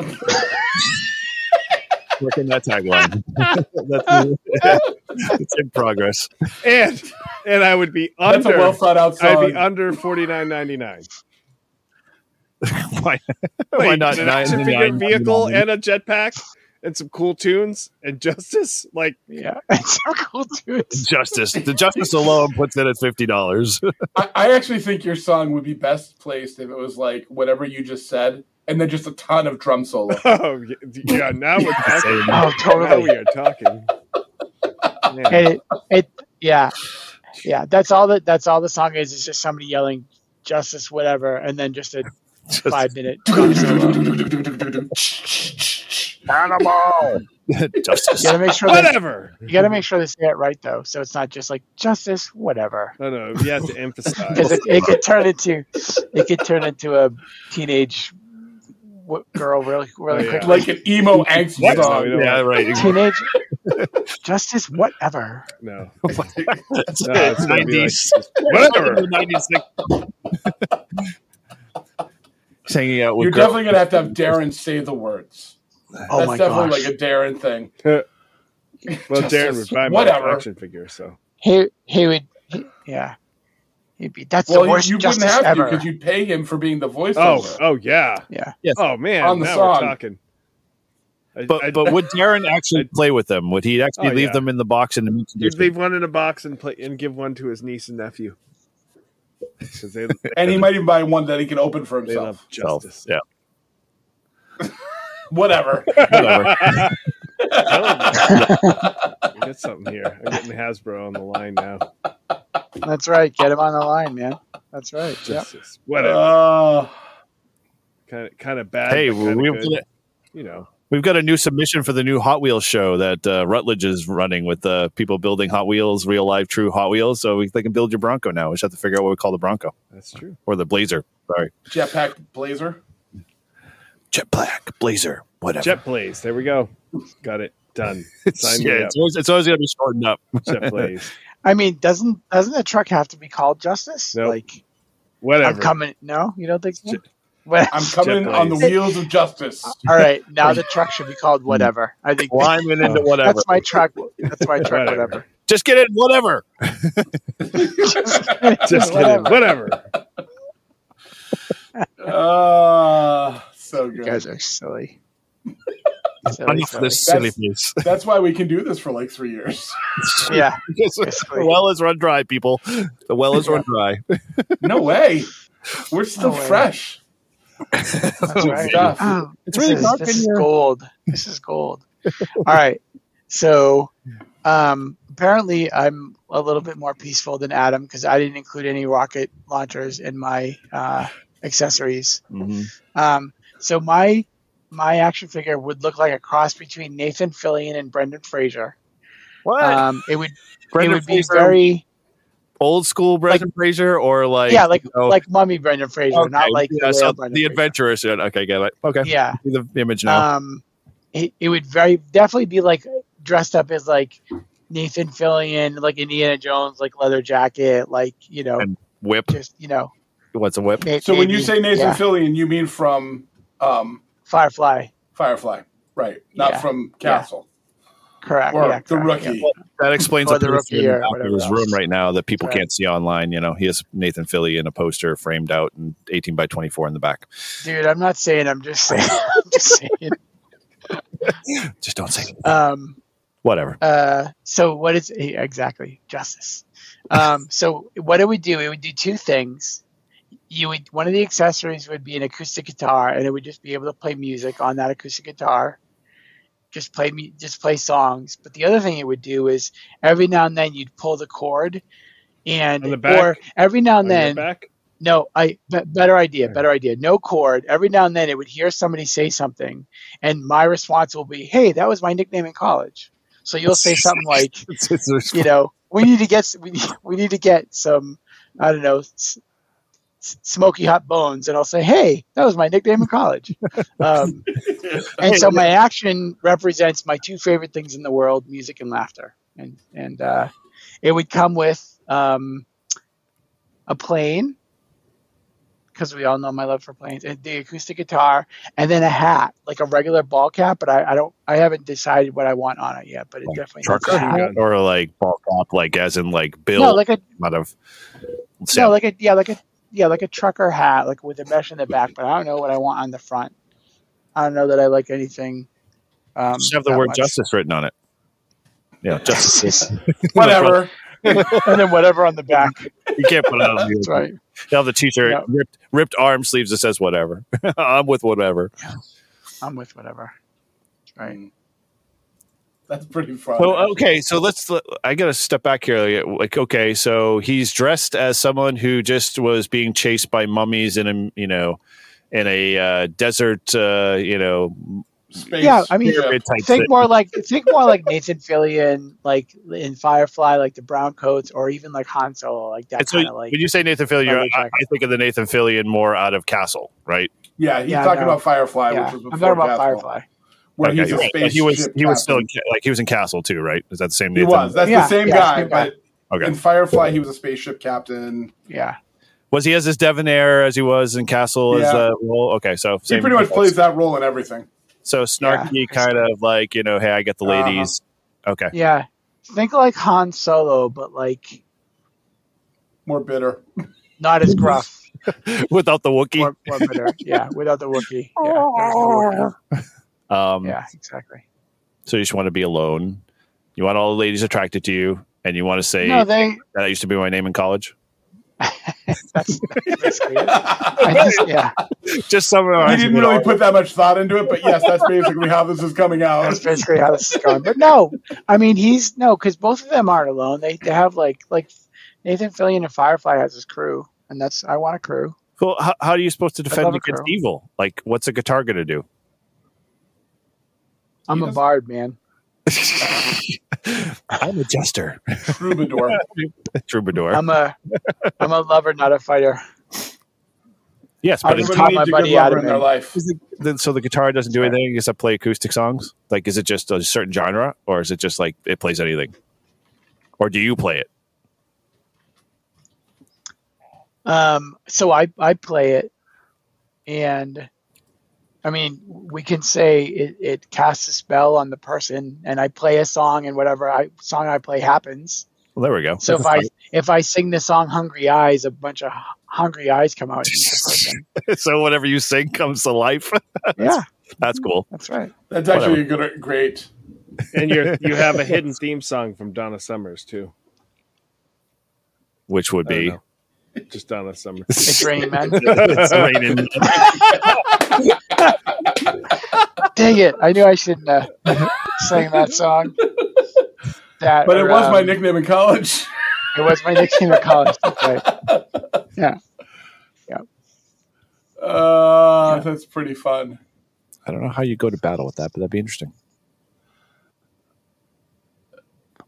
Speaker 4: Working that tagline. That's- it's in progress.
Speaker 8: and and i would be
Speaker 6: That's a well
Speaker 8: under
Speaker 6: thought out
Speaker 8: i'd be
Speaker 6: song.
Speaker 8: under 49.99
Speaker 4: Why, why
Speaker 8: Wait,
Speaker 4: not
Speaker 8: an action
Speaker 4: nine-
Speaker 8: figure
Speaker 4: nine-
Speaker 8: vehicle
Speaker 4: nine-
Speaker 8: and a jetpack and some cool tunes and justice like
Speaker 7: Yeah, it's so cool dude.
Speaker 4: justice? The justice alone puts it at fifty dollars.
Speaker 6: I, I actually think your song would be best placed if it was like whatever you just said, and then just a ton of drum solo.
Speaker 8: oh yeah now we're talking
Speaker 7: Oh,
Speaker 8: now we
Speaker 7: totally.
Speaker 8: are talking
Speaker 7: And
Speaker 8: Man.
Speaker 7: it, it, yeah, yeah. That's all that. That's all the song is. It's just somebody yelling justice, whatever, and then just a five minute.
Speaker 4: Animal justice.
Speaker 7: You gotta make sure that
Speaker 8: whatever
Speaker 7: you gotta make sure they say it right though, so it's not just like justice, whatever.
Speaker 8: No, no, you have to emphasize.
Speaker 7: because it, it could turn into it could turn into a teenage w- girl really really
Speaker 8: Oh, yeah.
Speaker 7: quick
Speaker 6: like an emo angst
Speaker 8: What?
Speaker 6: song.
Speaker 8: No,
Speaker 4: Yeah, right.
Speaker 7: teenage justice whatever
Speaker 8: No,
Speaker 4: That's
Speaker 8: No,
Speaker 4: it.
Speaker 8: it's gonna be like-
Speaker 4: 90s.
Speaker 8: whatever.
Speaker 4: 96. Hanging out with
Speaker 6: You're
Speaker 4: girls.
Speaker 6: definitely going to have to have Darren say the words.
Speaker 7: oh
Speaker 6: That's
Speaker 7: my
Speaker 6: definitely
Speaker 7: gosh
Speaker 6: like a Darren thing.
Speaker 8: Well,
Speaker 6: Just
Speaker 8: Darren
Speaker 6: as-
Speaker 8: would buy my
Speaker 6: whatever.
Speaker 8: action figure, so
Speaker 7: he he would he- yeah he'd be that's
Speaker 6: Well,
Speaker 7: the
Speaker 6: you,
Speaker 7: worst
Speaker 6: you wouldn't
Speaker 7: justice
Speaker 6: have to
Speaker 7: ever
Speaker 6: because you'd pay him for being the
Speaker 8: oh,
Speaker 6: voiceover.
Speaker 8: oh yeah,
Speaker 7: Yeah.
Speaker 4: Yes.
Speaker 8: Oh man,
Speaker 6: On the
Speaker 8: now
Speaker 6: song.
Speaker 8: we're talking. I,
Speaker 4: But
Speaker 8: I,
Speaker 4: but would Darren actually play with them? Would he actually
Speaker 8: Oh,
Speaker 4: leave
Speaker 8: yeah.
Speaker 4: them in the box and
Speaker 8: he'd leave one in a box and play and give one to his niece and nephew. because they,
Speaker 6: and he might even buy one that he can open for
Speaker 8: they love
Speaker 6: himself.
Speaker 8: justice.
Speaker 4: Yeah.
Speaker 6: Whatever.
Speaker 4: Whatever.
Speaker 8: We got something here. I'm getting Hasbro on the line now.
Speaker 7: That's right. Get him on the line, man. That's right. Yep.
Speaker 8: Justice. Whatever.
Speaker 6: Uh,
Speaker 8: kind of kind of bad.
Speaker 4: hey,
Speaker 8: but kinda
Speaker 4: we've,
Speaker 8: good.
Speaker 4: got a-
Speaker 8: you know.
Speaker 4: we've got a new submission for the new Hot Wheels show that uh, Rutledge is running with uh, people building Hot Wheels, real life, true Hot Wheels. So we, they can build your Bronco now. We just have to figure out what we call the Bronco
Speaker 8: That's true.
Speaker 4: or the Blazer. Sorry,
Speaker 6: jetpack blazer.
Speaker 4: Jet Black Blazer, whatever.
Speaker 8: Jet Blaze. There we go. Got it done.
Speaker 4: it's,
Speaker 8: Sign
Speaker 4: yeah,
Speaker 8: me up.
Speaker 4: it's always, it's always going to be shortened up.
Speaker 8: Jet Blaze.
Speaker 7: I mean, doesn't doesn't the truck have to be called Justice?
Speaker 8: Nope.
Speaker 7: Like
Speaker 8: Whatever.
Speaker 7: I'm coming. No, you don't think so?
Speaker 8: Ju-
Speaker 7: Well,
Speaker 6: I'm coming
Speaker 8: Jet
Speaker 6: on the
Speaker 7: blaze.
Speaker 6: wheels of justice.
Speaker 7: all right, now the truck should be
Speaker 6: mm.
Speaker 7: called whatever. I think
Speaker 4: Climbing into whatever.
Speaker 7: that's my truck. That's my truck. Whatever.
Speaker 4: just get in whatever.
Speaker 8: Just
Speaker 7: whatever.
Speaker 8: kidding. Whatever.
Speaker 6: Uh, so
Speaker 7: You
Speaker 6: good.
Speaker 7: guys are silly. silly,
Speaker 4: Enough of
Speaker 7: silly.
Speaker 4: this silly place.
Speaker 6: That's- That's why we can do this for like three years.
Speaker 7: Yeah,
Speaker 4: the well is run dry, people. The well is run dry.
Speaker 6: No way. We're still
Speaker 7: No way.
Speaker 6: fresh.
Speaker 7: that's right.
Speaker 6: Stuff.
Speaker 7: Oh,
Speaker 4: It's
Speaker 7: this
Speaker 4: really
Speaker 7: is,
Speaker 4: dark
Speaker 7: this
Speaker 4: in
Speaker 7: is
Speaker 4: here.
Speaker 7: gold. This is gold. All right. So um, apparently, I'm a little bit more peaceful than Adam because I didn't include any rocket launchers in my uh, accessories.
Speaker 4: Mm-hmm.
Speaker 7: Um, so my my action figure would look like a cross between Nathan Fillion and Brendan Fraser.
Speaker 4: What?
Speaker 7: Um, it would
Speaker 4: Brendan
Speaker 7: it would be
Speaker 4: Fraser,
Speaker 7: very
Speaker 4: old school Brendan Fraser, or like
Speaker 7: yeah like
Speaker 4: you know,
Speaker 7: like mummy Brendan Fraser,
Speaker 4: okay,
Speaker 7: not like
Speaker 4: yeah,
Speaker 7: the,
Speaker 4: so
Speaker 7: real
Speaker 4: the
Speaker 7: Brendan Fraser.
Speaker 4: adventurous. yeah, Okay, get it. Okay,
Speaker 7: Yeah.
Speaker 4: see the image now.
Speaker 7: Um, it, it would very definitely be like dressed up as like Nathan Fillion, like Indiana Jones, like leather jacket, like you know,
Speaker 4: And- whip.
Speaker 7: just you know.
Speaker 4: What's a whip?
Speaker 7: may-
Speaker 6: So when you
Speaker 7: maybe-
Speaker 6: say Nathan
Speaker 7: yeah,
Speaker 6: Fillion, you mean from um,
Speaker 7: Firefly,
Speaker 6: Firefly, right? Not
Speaker 7: Yeah.
Speaker 6: from
Speaker 7: Yeah.
Speaker 6: Castle
Speaker 7: correct?
Speaker 6: or
Speaker 7: yeah,
Speaker 6: The
Speaker 7: correct,
Speaker 6: Rookie.
Speaker 7: yeah.
Speaker 4: That explains
Speaker 7: Or
Speaker 4: the
Speaker 7: the
Speaker 4: poster in
Speaker 7: rookie
Speaker 4: the
Speaker 7: or
Speaker 4: back of
Speaker 7: whatever
Speaker 4: his
Speaker 7: else.
Speaker 4: room right now that people
Speaker 7: Right.
Speaker 4: can't see online. You know, he has Nathan Philly in a poster framed out and eighteen by twenty four in the back.
Speaker 7: Dude, I'm not saying. I'm just saying. I'm just saying.
Speaker 4: Just don't say
Speaker 7: Um,
Speaker 4: whatever.
Speaker 7: uh, so what is eh, exactly justice? Um, so what do we do? We would do two things. You would one of the accessories would be an acoustic guitar, and it would just be able to play music on that acoustic guitar. Just play me, just play songs. But the other thing it would do is every now and then you'd pull the cord, and
Speaker 8: On the back?
Speaker 7: or every now and
Speaker 8: On your
Speaker 7: then
Speaker 8: back.
Speaker 7: no, I be- better idea, better idea. No chord. Every now and then it would hear somebody say something, and my response will be, "Hey, that was my nickname in college." So you'll say something like,
Speaker 4: It's- it's-
Speaker 7: you know, we need to get s- we need, we need to get some, I don't know, s- s- smoky hot bones, and I'll say, "Hey, that was my nickname in college." Um, and so my action represents my two favorite things in the world: music and laughter, and and uh, it would come with um, a plane because we all know my love for planes and the acoustic guitar and then a hat like a regular ball cap but i, I don't i haven't decided what i want on it yet but it
Speaker 4: Like
Speaker 7: definitely
Speaker 4: Trucker
Speaker 7: has a hat.
Speaker 4: hat or like ball cop, like as in like Bill
Speaker 7: No, like a
Speaker 4: out of
Speaker 7: no, like a yeah, like a yeah, like a trucker hat, like with a mesh in the back. But I don't know what I want on the front. I don't know that I like anything. Um,
Speaker 4: just have the
Speaker 7: that
Speaker 4: word
Speaker 7: much.
Speaker 4: justice written on it. Yeah, justice.
Speaker 6: Whatever.
Speaker 7: and then whatever on the back.
Speaker 4: you can't put it on.
Speaker 7: That's right.
Speaker 4: You have the t-shirt
Speaker 7: Yeah.
Speaker 4: ripped ripped arm sleeves that says whatever. I'm with whatever.
Speaker 7: I'm with whatever. Right.
Speaker 6: That's pretty fun.
Speaker 4: So
Speaker 7: uh,
Speaker 4: okay, so let's. I gotta step back here. Like, like, okay, so he's dressed as someone who just was being chased by mummies in a you know in a uh, desert uh, you know
Speaker 6: Space
Speaker 7: Yeah, I mean,
Speaker 4: pyramid type
Speaker 7: Think
Speaker 4: thing.
Speaker 7: more like think more like Nathan Fillion, like in Firefly, like the brown coats, or even like Han Solo, like that
Speaker 4: And so
Speaker 7: kind of like.
Speaker 4: when you say Nathan Fillion,
Speaker 7: leather
Speaker 4: I,
Speaker 7: jacket.
Speaker 4: I think of the Nathan Fillion more out of Castle, right?
Speaker 6: yeah, he's
Speaker 7: Yeah,
Speaker 6: talking
Speaker 7: no.
Speaker 6: about Firefly,
Speaker 7: yeah.
Speaker 6: which
Speaker 7: I'm
Speaker 6: was
Speaker 7: talking
Speaker 6: before
Speaker 7: about
Speaker 6: Castle,
Speaker 7: Firefly.
Speaker 6: where
Speaker 4: Okay,
Speaker 6: he's a
Speaker 4: right. But
Speaker 6: space.
Speaker 4: he was he was still in, Ca- like he was in Castle too, right? Is that the same
Speaker 6: He
Speaker 4: Nathan?
Speaker 6: was. That's
Speaker 7: Yeah,
Speaker 6: the same
Speaker 7: yeah,
Speaker 6: guy,
Speaker 7: same guy.
Speaker 6: but in
Speaker 4: Okay.
Speaker 6: Firefly, he was a spaceship captain.
Speaker 7: Yeah,
Speaker 4: Was he as his debonair as he was in Castle as
Speaker 6: Yeah.
Speaker 4: uh, well? Okay, so
Speaker 6: He pretty much plays that role in everything.
Speaker 4: so snarky, kind of like you know, hey, I get the
Speaker 6: Uh-huh.
Speaker 4: ladies. Okay,
Speaker 7: yeah. Think like Han Solo, but like
Speaker 6: More bitter.
Speaker 7: not as gruff.
Speaker 4: without the Wookiee.
Speaker 7: More, more bitter. Yeah, without the Wookiee. Yeah, there's no Wookiee.
Speaker 4: Um,
Speaker 7: Yeah, exactly.
Speaker 4: So you just want to be alone. You want all the ladies attracted to you, and you want to say
Speaker 7: No, they.
Speaker 4: that used to be my name in college.
Speaker 7: That's basically it. I just, yeah,
Speaker 4: Just summarize.
Speaker 6: we didn't
Speaker 4: it
Speaker 6: really
Speaker 4: all.
Speaker 6: put that much thought into it, but yes, that's basically how this is coming out.
Speaker 7: that's basically how this is going. But no, I mean he's no, because both of them aren't alone. They they have like like Nathan Fillion and Firefly has his crew, and that's I want a crew.
Speaker 4: Cool. How, how are you supposed to defend
Speaker 7: love a
Speaker 4: against
Speaker 7: girl.
Speaker 4: evil? Like, what's a guitar going to do?
Speaker 7: I'm a bard, man.
Speaker 4: I'm a jester,
Speaker 6: Troubadour.
Speaker 4: troubadour.
Speaker 7: I'm a I'm a lover, not a fighter.
Speaker 4: yes,
Speaker 7: I
Speaker 4: but
Speaker 7: was
Speaker 4: it's,
Speaker 6: Everybody
Speaker 7: taught my
Speaker 6: needs a
Speaker 7: buddy
Speaker 6: good lover
Speaker 7: Adam
Speaker 6: in their
Speaker 7: and-
Speaker 6: life.
Speaker 4: then- so the guitar doesn't do anything except play acoustic songs. Like, is it just a certain genre, or is it just like it plays anything? Or do you play it?
Speaker 7: Um, so I I play it, and I mean we can say it, it casts a spell on the person, and I play a song, and whatever I song I play happens.
Speaker 4: Well, there we go.
Speaker 7: So if I if I sing the song "Hungry Eyes," a bunch of hu- hungry eyes come out and eat the person.
Speaker 4: so whatever you sing comes to life.
Speaker 7: yeah,
Speaker 4: That's cool.
Speaker 7: that's right.
Speaker 6: That's actually a good, great.
Speaker 8: And you you have a hidden theme song from Donna Summers too.
Speaker 4: Which would
Speaker 8: I don't
Speaker 4: be
Speaker 8: know. just Donna Summers.
Speaker 7: It's raining men.
Speaker 4: It's raining.
Speaker 7: Dang it! I knew I shouldn't uh, sing that song. That,
Speaker 6: But it
Speaker 7: or,
Speaker 6: was my
Speaker 7: um,
Speaker 6: nickname in college.
Speaker 7: It was my nickname at college. That's right.
Speaker 6: Uh, That's pretty fun.
Speaker 4: I don't know how you go to battle with that, but that'd be interesting.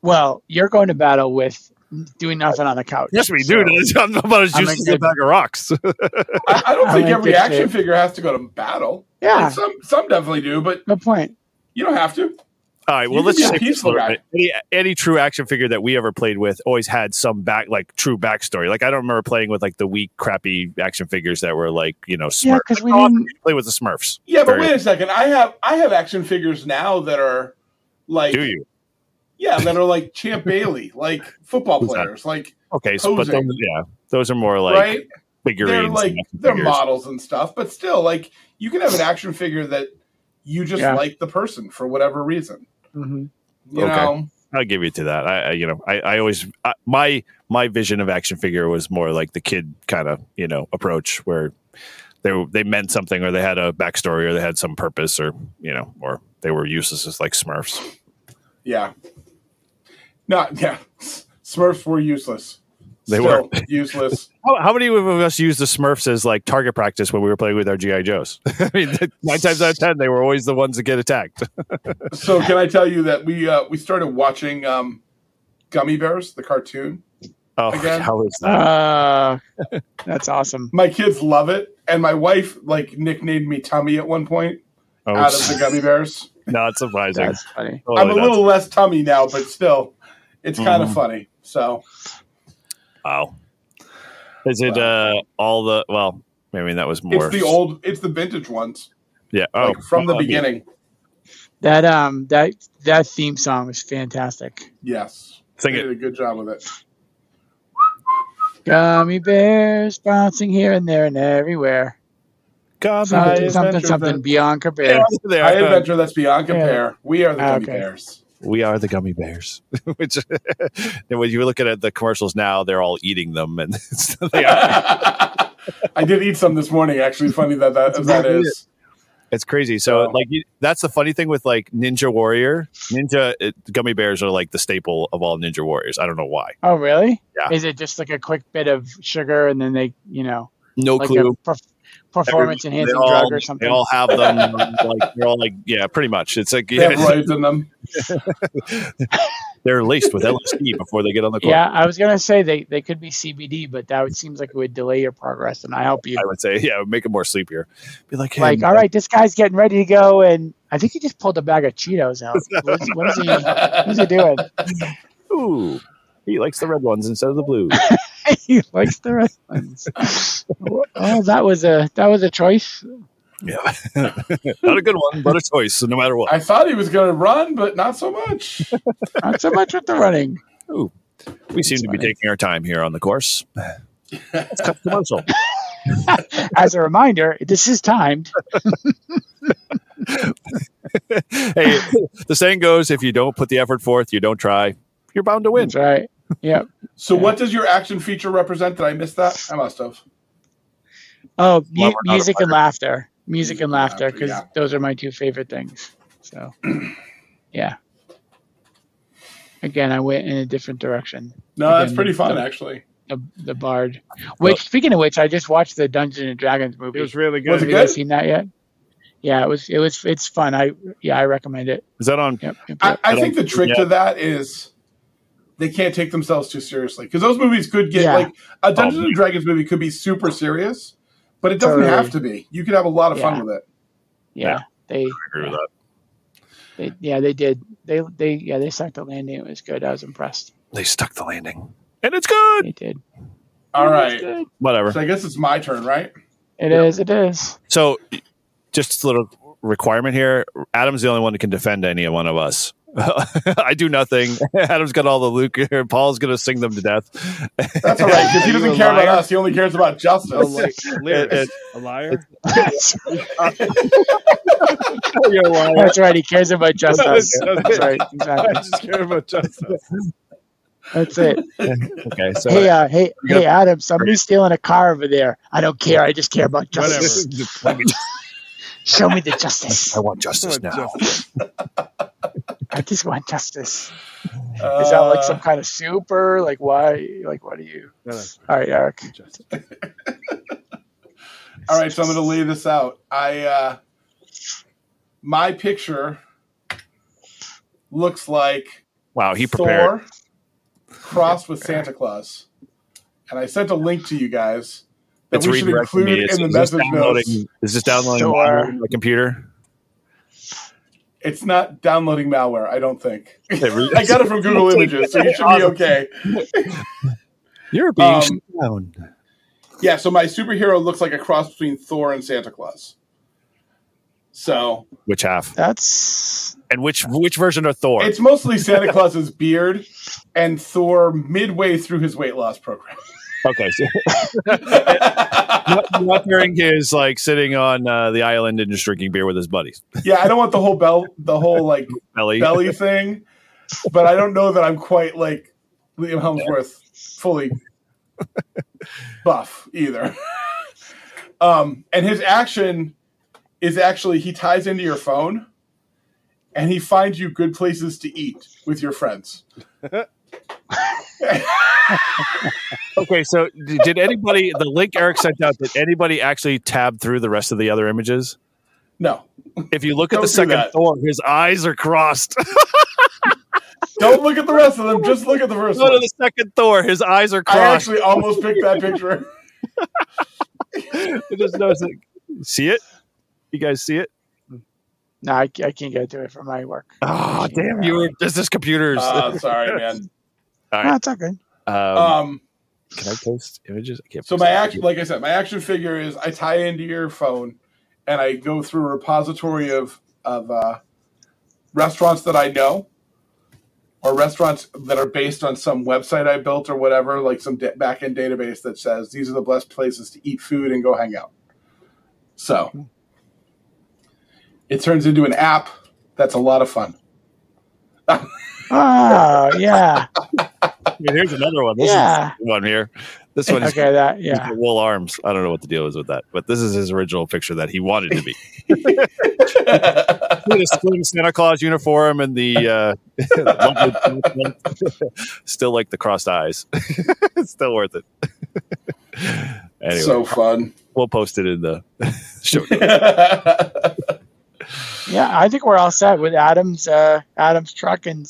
Speaker 7: Well, you're going to battle with doing nothing on the couch.
Speaker 4: Yes, we
Speaker 7: so-
Speaker 4: do. I'm about as
Speaker 7: I'm
Speaker 4: useless as
Speaker 7: in
Speaker 4: a
Speaker 7: good-
Speaker 4: bag of rocks.
Speaker 6: I, I don't
Speaker 7: I'm
Speaker 6: think
Speaker 7: in
Speaker 6: every
Speaker 7: good
Speaker 6: action
Speaker 7: shape.
Speaker 6: figure has to go to battle.
Speaker 7: Yeah,
Speaker 6: Like, some some definitely do, but
Speaker 7: no point.
Speaker 6: you don't have to.
Speaker 4: All right,
Speaker 6: You
Speaker 4: well,
Speaker 6: can
Speaker 4: let's
Speaker 6: be a
Speaker 4: just say
Speaker 6: peaceful
Speaker 4: for a
Speaker 6: guy.
Speaker 4: minute, any, any true action figure that we ever played with always had some back, like true backstory. Like I don't remember playing with like the weak, crappy action figures that were like you know
Speaker 7: Yeah,
Speaker 4: Smurfs.
Speaker 7: because we
Speaker 4: Oh,
Speaker 7: didn't.
Speaker 4: play with the Smurfs.
Speaker 6: Yeah, but
Speaker 4: Very-
Speaker 6: wait a second. I have I have action figures now that are like
Speaker 4: Do you?
Speaker 6: yeah that are like Champ Bailey, like football
Speaker 4: Who's that?
Speaker 6: players, like
Speaker 4: Okay, so, but those,
Speaker 6: Posing.
Speaker 4: yeah, those are more like
Speaker 6: right.
Speaker 4: figurines.
Speaker 6: they're
Speaker 4: and
Speaker 6: like
Speaker 4: action
Speaker 6: they're
Speaker 4: figures.
Speaker 6: models and stuff, but still, like you can have an action figure that you just
Speaker 7: Yeah.
Speaker 6: like the person for whatever reason.
Speaker 7: Mhm.
Speaker 6: You
Speaker 4: Okay.
Speaker 6: know,
Speaker 4: I'll give you to that. I, I you know, I, I always I, my my vision of action figure was more like the kid kind of you know approach where they were- they meant something or they had a backstory or they had some purpose or you know or they were useless as like Smurfs.
Speaker 6: yeah, not yeah. Smurfs were useless.
Speaker 4: They
Speaker 6: Still useless.
Speaker 4: How, how many of us used the Smurfs as like target practice when we were playing with our GI Joes? I mean, nine times out of ten, they were always the ones that get attacked.
Speaker 6: so can I tell you that we uh, we started watching um, Gummy Bears, the cartoon.
Speaker 4: Oh,
Speaker 6: Again.
Speaker 4: how is that?
Speaker 7: Uh, that's awesome.
Speaker 6: My kids love it, and my wife like nicknamed me Tummy at one point
Speaker 4: Oh,
Speaker 6: out of the Gummy Bears.
Speaker 4: not surprising. Oh,
Speaker 7: That's funny.
Speaker 4: Totally
Speaker 6: I'm a
Speaker 4: not-
Speaker 6: little less tummy now, but still, it's kind of
Speaker 4: Mhm.
Speaker 6: funny. So
Speaker 4: wow. Is it uh, all the well? I mean, that was more.
Speaker 6: it's the old, it's the vintage ones.
Speaker 4: yeah. Oh,
Speaker 6: like from the
Speaker 4: well, I mean,
Speaker 6: beginning.
Speaker 7: That um that that theme song was fantastic.
Speaker 6: Yes,
Speaker 4: Sing
Speaker 6: they
Speaker 4: it.
Speaker 6: did a good job with it.
Speaker 7: Gummy bears bouncing here and there and everywhere.
Speaker 4: God,
Speaker 7: Something
Speaker 6: I
Speaker 7: something
Speaker 6: adventure
Speaker 7: something
Speaker 6: that-
Speaker 7: beyond
Speaker 4: they
Speaker 7: compare.
Speaker 4: are there. Uh,
Speaker 6: I adventure that's beyond compare. We are the
Speaker 7: Ah,
Speaker 6: gummy
Speaker 7: okay.
Speaker 6: bears.
Speaker 4: we are the gummy bears. Which, and when you're looking at the commercials now, they're all eating them, and it's, they are
Speaker 6: I did eat some this morning. Actually, funny that that, that
Speaker 4: exactly
Speaker 6: is.
Speaker 4: It's crazy. So,
Speaker 6: So-
Speaker 4: like, you, that's the funny thing with like Ninja Warrior. Ninja it, gummy bears are like the staple of all Ninja Warriors. I don't know why.
Speaker 7: Oh really?
Speaker 4: Yeah.
Speaker 7: Is it just like a quick bit of sugar and then they you know
Speaker 4: No
Speaker 7: like
Speaker 4: clue.
Speaker 7: a perf- performance
Speaker 4: They
Speaker 7: enhancing
Speaker 4: all-
Speaker 7: drug or something?
Speaker 4: They all have them. like they're all like yeah, pretty much. It's like
Speaker 6: They have
Speaker 4: yeah,
Speaker 6: roids in them.
Speaker 4: they're laced with LSD before they get on the court.
Speaker 7: Yeah, I was gonna say they, they could be CBD, but that would seems like it would delay your progress, and I help you.
Speaker 4: I would say yeah, make them more sleepier. Be like hey,
Speaker 7: Like, all right, this guy's getting ready to go, and I think he just pulled a bag of Cheetos out. What is, what is he? What is he doing?
Speaker 4: ooh, he likes the red ones instead of the blue.
Speaker 7: he likes the red ones. Oh, that was a that was a choice.
Speaker 4: yeah, not a good one, but a choice. So no matter what.
Speaker 6: I thought he was going to run, but not so much.
Speaker 7: Not so much with the running.
Speaker 4: We seem to
Speaker 7: funny.
Speaker 4: be taking our time here on the course. Let's cut the commercial.
Speaker 7: As a reminder, this is timed.
Speaker 4: hey, the saying goes: if you don't put the effort forth, you don't try, you're bound to win.
Speaker 7: That's right. Yep.
Speaker 6: So, what does your action feature represent? Did I miss that? I must have.
Speaker 7: Oh, mu-
Speaker 4: Lover, not a
Speaker 7: music and laughter. Music
Speaker 6: Music
Speaker 7: and
Speaker 6: and
Speaker 7: laughter,
Speaker 6: laughter,
Speaker 7: because
Speaker 6: yeah.
Speaker 7: those are my two favorite things. So, yeah. Again, I went in a different direction.
Speaker 6: No,
Speaker 7: Again,
Speaker 6: that's pretty fun,
Speaker 7: the-
Speaker 6: actually.
Speaker 7: The, the Bard. Which, speaking of which, I just watched the Dungeons and Dragons movie.
Speaker 8: It was really good.
Speaker 6: Was
Speaker 7: Have
Speaker 6: it
Speaker 7: you guys
Speaker 6: good?
Speaker 7: seen that yet? Yeah, it was. It was. It's fun. I yeah, I recommend it.
Speaker 4: Is that on?
Speaker 7: Yep. yep,
Speaker 6: I,
Speaker 7: yep.
Speaker 6: I
Speaker 4: don't-
Speaker 6: think the trick
Speaker 4: yeah.
Speaker 6: to that is they can't take themselves too seriously because those movies could get
Speaker 7: Yeah.
Speaker 6: like a Dungeons
Speaker 4: Oh,
Speaker 6: and Dragons movie could be super serious, but it doesn't
Speaker 7: Totally.
Speaker 6: have to be. You could have a lot of
Speaker 7: Yeah.
Speaker 6: fun with it.
Speaker 7: yeah,
Speaker 4: yeah.
Speaker 7: They,
Speaker 4: I agree with that.
Speaker 7: they yeah they did they they yeah they sucked the landing. It was good. I was impressed.
Speaker 4: They stuck the landing, and it's good.
Speaker 7: They did.
Speaker 6: All
Speaker 7: It was
Speaker 6: right,
Speaker 7: good.
Speaker 4: Whatever.
Speaker 6: so I guess it's my turn, right?
Speaker 7: It is. It is.
Speaker 4: So, just a little requirement here. Adam's the only one who can defend any one of us. I do nothing. Adam's got all the Luke. Paul's going to sing them to death.
Speaker 6: That's all right because he
Speaker 8: You
Speaker 6: doesn't
Speaker 8: a
Speaker 6: care about
Speaker 8: liar.
Speaker 6: us. He only cares about justice.
Speaker 8: Oh, like, lyrics.
Speaker 4: it-
Speaker 8: a liar.
Speaker 4: You're lying.
Speaker 7: That's right. He cares about justice.
Speaker 8: That's-
Speaker 7: That's right. Exactly.
Speaker 8: I just care about justice.
Speaker 7: That's it.
Speaker 4: Okay, so
Speaker 7: Hey, uh, hey,
Speaker 4: We got-
Speaker 7: hey, Adam! Somebody's stealing a car over there. I don't care. I just care about justice.
Speaker 8: Whatever.
Speaker 7: Show me the justice.
Speaker 4: I want
Speaker 6: uh,
Speaker 4: justice now.
Speaker 8: Justice.
Speaker 7: I just want justice.
Speaker 6: Uh,
Speaker 7: Is that like some kind of super? Like why? Like what are you?
Speaker 4: Uh.
Speaker 8: Whatever.
Speaker 7: All right, Eric.
Speaker 8: Justice.
Speaker 6: All right, so I'm going to lay this out. I uh, my picture looks like
Speaker 4: Wow, he prepared.
Speaker 6: Thor crossed with Santa Claus, and I sent a link to you guys that
Speaker 4: It's
Speaker 6: we should
Speaker 4: redirecting
Speaker 6: include
Speaker 4: me. It's,
Speaker 6: in the
Speaker 4: is this
Speaker 6: message notes.
Speaker 4: downloading? Is this downloading
Speaker 7: Thor.
Speaker 4: malware on my computer?
Speaker 6: It's not downloading malware, I don't think.
Speaker 4: It re-
Speaker 6: I got it from Google Images, so you should be okay.
Speaker 4: You're
Speaker 6: Um,
Speaker 4: being shut down.
Speaker 6: Yeah, so my superhero looks like a cross between Thor and Santa Claus. So
Speaker 4: Which half?
Speaker 7: That's
Speaker 4: And which which version of Thor?
Speaker 6: it's mostly Santa Claus's beard and Thor midway through his weight loss program.
Speaker 4: okay, so not, not during his like sitting on uh, the island and just drinking beer with his buddies.
Speaker 6: yeah, I don't want the whole bell, the whole like
Speaker 4: Belly.
Speaker 6: belly thing, but I don't know that I'm quite like Liam Helmsworth fully buff either. um, and his action is actually he ties into your phone and he finds you good places to eat with your friends.
Speaker 4: Okay, so d- did anybody the link Eric sent out? Did anybody actually tab through the rest of the other images?
Speaker 6: No,
Speaker 4: If you look at
Speaker 6: Don't
Speaker 4: the
Speaker 6: do
Speaker 4: second
Speaker 6: that.
Speaker 4: Thor, his eyes are crossed.
Speaker 6: don't look at the rest of them. Just look at the first
Speaker 4: Go to
Speaker 6: one.
Speaker 4: the second Thor, his eyes are
Speaker 6: I
Speaker 4: crossed.
Speaker 6: actually almost picked that picture.
Speaker 4: It just knows it. See it? You guys see it?
Speaker 7: no, I, ca- I can't get to it for my work.
Speaker 4: Oh, damn! You were this is computers.
Speaker 6: Ah, Uh, sorry, man.
Speaker 4: All right.
Speaker 7: No, it's okay.
Speaker 4: um,
Speaker 6: Um,
Speaker 4: can I post images? I can't.
Speaker 6: So
Speaker 4: post
Speaker 6: my
Speaker 4: images.
Speaker 6: action, like I said, my action figure is I tie into your phone, and I go through a repository of of uh, restaurants that I know, or restaurants that are based on some website I built or whatever, like some da- back end database that says these are the best places to eat food and go hang out. So it turns into an app that's a lot of fun.
Speaker 7: Oh yeah,
Speaker 4: Dude, here's another one. This
Speaker 7: yeah.
Speaker 4: is one here. This one is
Speaker 7: Okay, that
Speaker 4: he's
Speaker 7: yeah.
Speaker 4: got wool arms. I don't know what the deal is with that, but this is his original picture that he wanted to be. He had a slim Santa Claus uniform and the uh, lump- still like the crossed eyes. it's still worth it. anyway,
Speaker 6: So fun.
Speaker 4: we'll post it in the show. notes.
Speaker 7: Yeah, I think we're all set with Adam's uh, Adam's truck and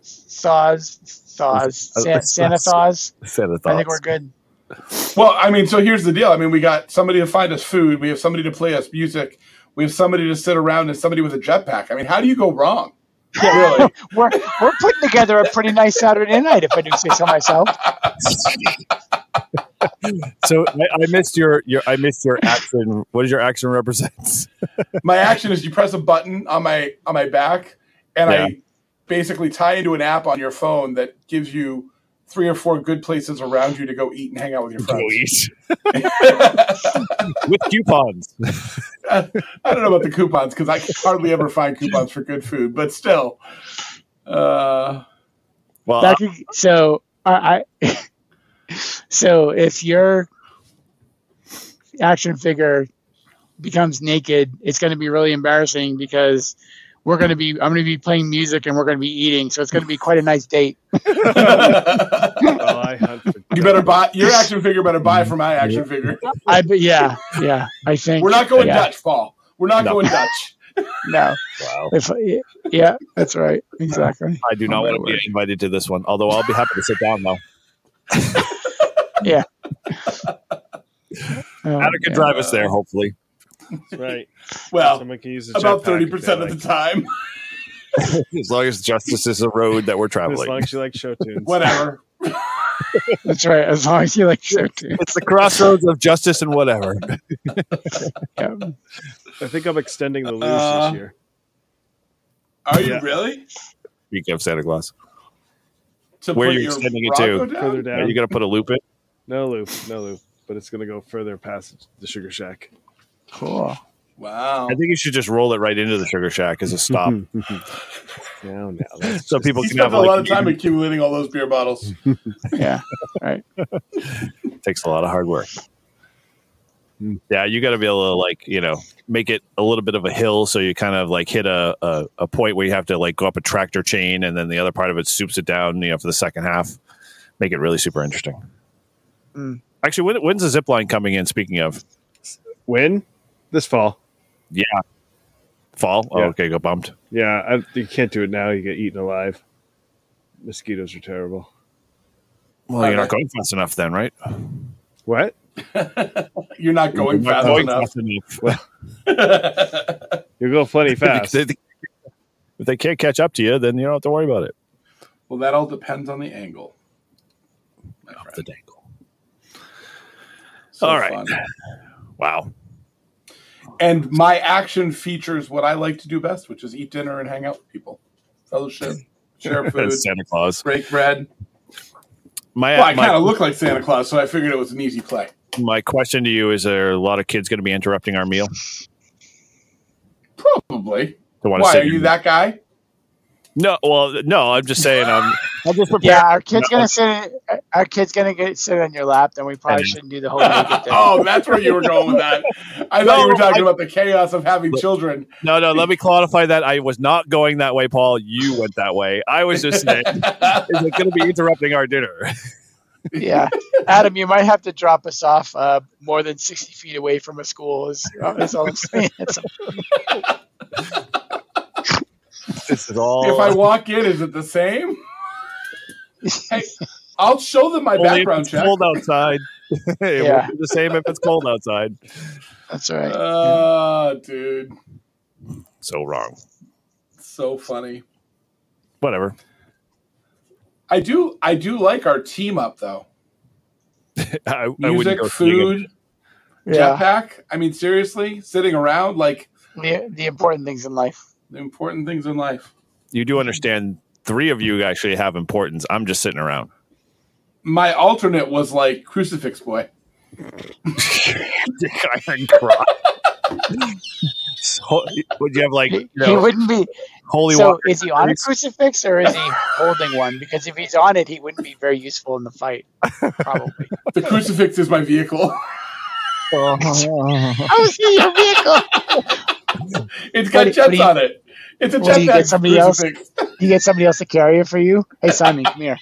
Speaker 7: saws saws Sa- Santa saws.
Speaker 4: Santa
Speaker 7: I think we're
Speaker 4: thoughts.
Speaker 7: good.
Speaker 6: Well, I mean, so here's the deal. I mean, we got somebody to find us food. We have somebody to play us music. We have somebody to sit around and somebody with a jetpack. I mean, how do you go wrong? Really?
Speaker 7: We're we're putting together a pretty nice Saturday night, if I do say so myself.
Speaker 6: Uh-huh.
Speaker 4: So I, I missed your, your I missed your action. What does your action represent?
Speaker 6: my action is you press a button on my on my back, and
Speaker 4: Yeah.
Speaker 6: I basically tie into an app on your phone that gives you three or four good places around you to go eat and hang out with your friends.
Speaker 4: with coupons.
Speaker 6: I don't know about the coupons because I can hardly ever find coupons for good food, but still. Uh,
Speaker 4: Well,
Speaker 7: That could, so I, I so if your action figure becomes naked, it's going to be really embarrassing because we're going to be I'm going to be playing music and we're going to be eating, so it's going to be quite a nice date.
Speaker 8: Well, Oh, I hunt for
Speaker 6: you better buy your action figure. Better buy for my action figure.
Speaker 7: I but yeah, yeah, I think
Speaker 6: We're not going
Speaker 7: yeah,
Speaker 6: Dutch, Paul. We're not
Speaker 4: No.
Speaker 6: going Dutch.
Speaker 7: No,
Speaker 4: Wow.
Speaker 7: if, yeah, that's right, exactly.
Speaker 4: I do not
Speaker 7: Oh, my
Speaker 4: want to
Speaker 7: word.
Speaker 4: be invited to this one, although I'll be happy to sit down though.
Speaker 7: Um,
Speaker 4: Anna could
Speaker 7: yeah.
Speaker 4: drive us there, hopefully.
Speaker 8: that's right.
Speaker 6: Well,
Speaker 8: Someone can use a
Speaker 6: about
Speaker 8: jetpack
Speaker 6: thirty
Speaker 8: if they
Speaker 6: percent of the
Speaker 8: like.
Speaker 6: time.
Speaker 4: As long as justice is the road that we're
Speaker 8: As long
Speaker 4: traveling.
Speaker 8: as you like show tunes.
Speaker 6: Whatever.
Speaker 7: That's right. As long as you like show too.
Speaker 4: It's the crossroads of justice and whatever.
Speaker 7: Yeah.
Speaker 8: I think I'm extending the lose
Speaker 6: Uh,
Speaker 8: this year.
Speaker 6: Are you
Speaker 8: Yeah.
Speaker 6: really?
Speaker 4: Speaking of Santa Claus.
Speaker 6: To
Speaker 4: Where
Speaker 6: put
Speaker 4: you're
Speaker 6: your
Speaker 4: extending it
Speaker 6: Bronco
Speaker 4: to.
Speaker 6: down?
Speaker 8: Further
Speaker 4: Are
Speaker 8: down.
Speaker 4: you gonna put a loop in?
Speaker 8: No loop, no loop. But it's going to go further past the Sugar Shack.
Speaker 7: Cool.
Speaker 6: Wow.
Speaker 4: I think you should just roll it right into the sugar shack as a stop.
Speaker 6: Hmm,
Speaker 8: Now, now. that's
Speaker 4: so people
Speaker 6: He
Speaker 4: can
Speaker 6: spent
Speaker 4: have
Speaker 6: a lot
Speaker 4: like,
Speaker 6: of time accumulating all those beer bottles.
Speaker 7: Yeah.
Speaker 4: it takes a lot of hard work.
Speaker 6: Hmm.
Speaker 4: Yeah, you got to be able to like you know make it a little bit of a hill, so you kind of like hit a, a a point where you have to like go up a tractor chain, and then the other part of it stoops it down. You know, for the second half, make it really super interesting.
Speaker 7: Mm.
Speaker 4: Actually, when, when's the zip line coming in? Speaking of
Speaker 8: When? This fall.
Speaker 4: fall, oh,
Speaker 8: Yeah.
Speaker 4: okay, got bumped.
Speaker 8: Yeah, I, you can't do it now. You get eaten alive. Mosquitoes are terrible.
Speaker 4: Well, you're not going fast enough then, right?
Speaker 8: What?
Speaker 6: You're not going
Speaker 4: You're not
Speaker 6: fast
Speaker 4: going
Speaker 6: enough.
Speaker 4: fast enough.
Speaker 8: You go plenty fast.
Speaker 4: If they- if they can't catch up to you, then you don't have to worry about it.
Speaker 6: well, that all depends on the angle. My
Speaker 4: Off
Speaker 6: friend.
Speaker 4: the dangle.
Speaker 6: So
Speaker 4: all right.
Speaker 6: fun.
Speaker 4: Wow.
Speaker 6: And my action features what I like to do best, which is eat dinner and hang out with people, fellowship, share food,
Speaker 4: Santa Claus.
Speaker 6: break bread.
Speaker 4: My,
Speaker 6: Well, I
Speaker 4: my-
Speaker 6: kind of look like Santa Claus, so I figured it was an easy play.
Speaker 4: my question to you is: Are a lot of kids going to be interrupting our meal?
Speaker 6: Probably.
Speaker 4: They wanna
Speaker 6: Why
Speaker 4: sit
Speaker 6: are you
Speaker 4: here.
Speaker 6: that guy?
Speaker 4: No, well, no. I'm just saying. I'm, I'm just prepared.
Speaker 7: Yeah, our kid's gonna sit. Our kid's gonna get sit on your lap. Then we probably
Speaker 4: And-
Speaker 7: shouldn't do the whole naked thing.
Speaker 6: oh, that's where you were going with that. I thought you were
Speaker 4: No,
Speaker 6: talking
Speaker 4: I-
Speaker 6: about the chaos of having children.
Speaker 4: No, no. Let me clarify that. I was not going that way, Paul. You went that way. I was just saying, is it going to be interrupting our dinner?
Speaker 7: Yeah, Adam, you might have to drop us off uh, more than sixty feet away from a school. Is, uh, is all I'm saying. It's-
Speaker 4: This is all.
Speaker 6: if I walk in, is it the same? hey, I'll show them my
Speaker 4: only if
Speaker 6: background
Speaker 4: it's
Speaker 6: check.
Speaker 4: cold outside. it
Speaker 7: Yeah.
Speaker 4: will be the same if it's cold outside.
Speaker 7: that's all right.
Speaker 4: Uh,
Speaker 6: Oh, dude.
Speaker 4: So wrong.
Speaker 6: So funny.
Speaker 4: Whatever.
Speaker 6: I do I do like our team up though.
Speaker 4: I, I wouldn't
Speaker 6: Music,
Speaker 4: go singing.
Speaker 6: food,
Speaker 7: yeah,
Speaker 6: jetpack. I mean, seriously, sitting around like
Speaker 7: the, the important things in life.
Speaker 6: the important things in life.
Speaker 4: You do understand? Three of you actually have importance. I'm just sitting around.
Speaker 6: My alternate was like crucifix boy.
Speaker 4: Dick Iron Cross. so, would you have like
Speaker 7: He,
Speaker 4: you
Speaker 7: he
Speaker 4: know,
Speaker 7: wouldn't be.
Speaker 4: holy
Speaker 7: so,
Speaker 4: water?
Speaker 7: is he on a
Speaker 4: priest?
Speaker 7: crucifix or is he holding one? Because if he's on it, he wouldn't be very useful in the fight. Probably.
Speaker 6: The crucifix is my vehicle.
Speaker 7: oh, see your vehicle.
Speaker 6: It's got
Speaker 7: What do- what
Speaker 6: jets
Speaker 7: do you-
Speaker 6: on it. It's a
Speaker 7: What do you
Speaker 6: jetpack.
Speaker 7: get, somebody else?
Speaker 6: crucifix.
Speaker 7: You get somebody else to carry it for you. Hey, Simon, come here.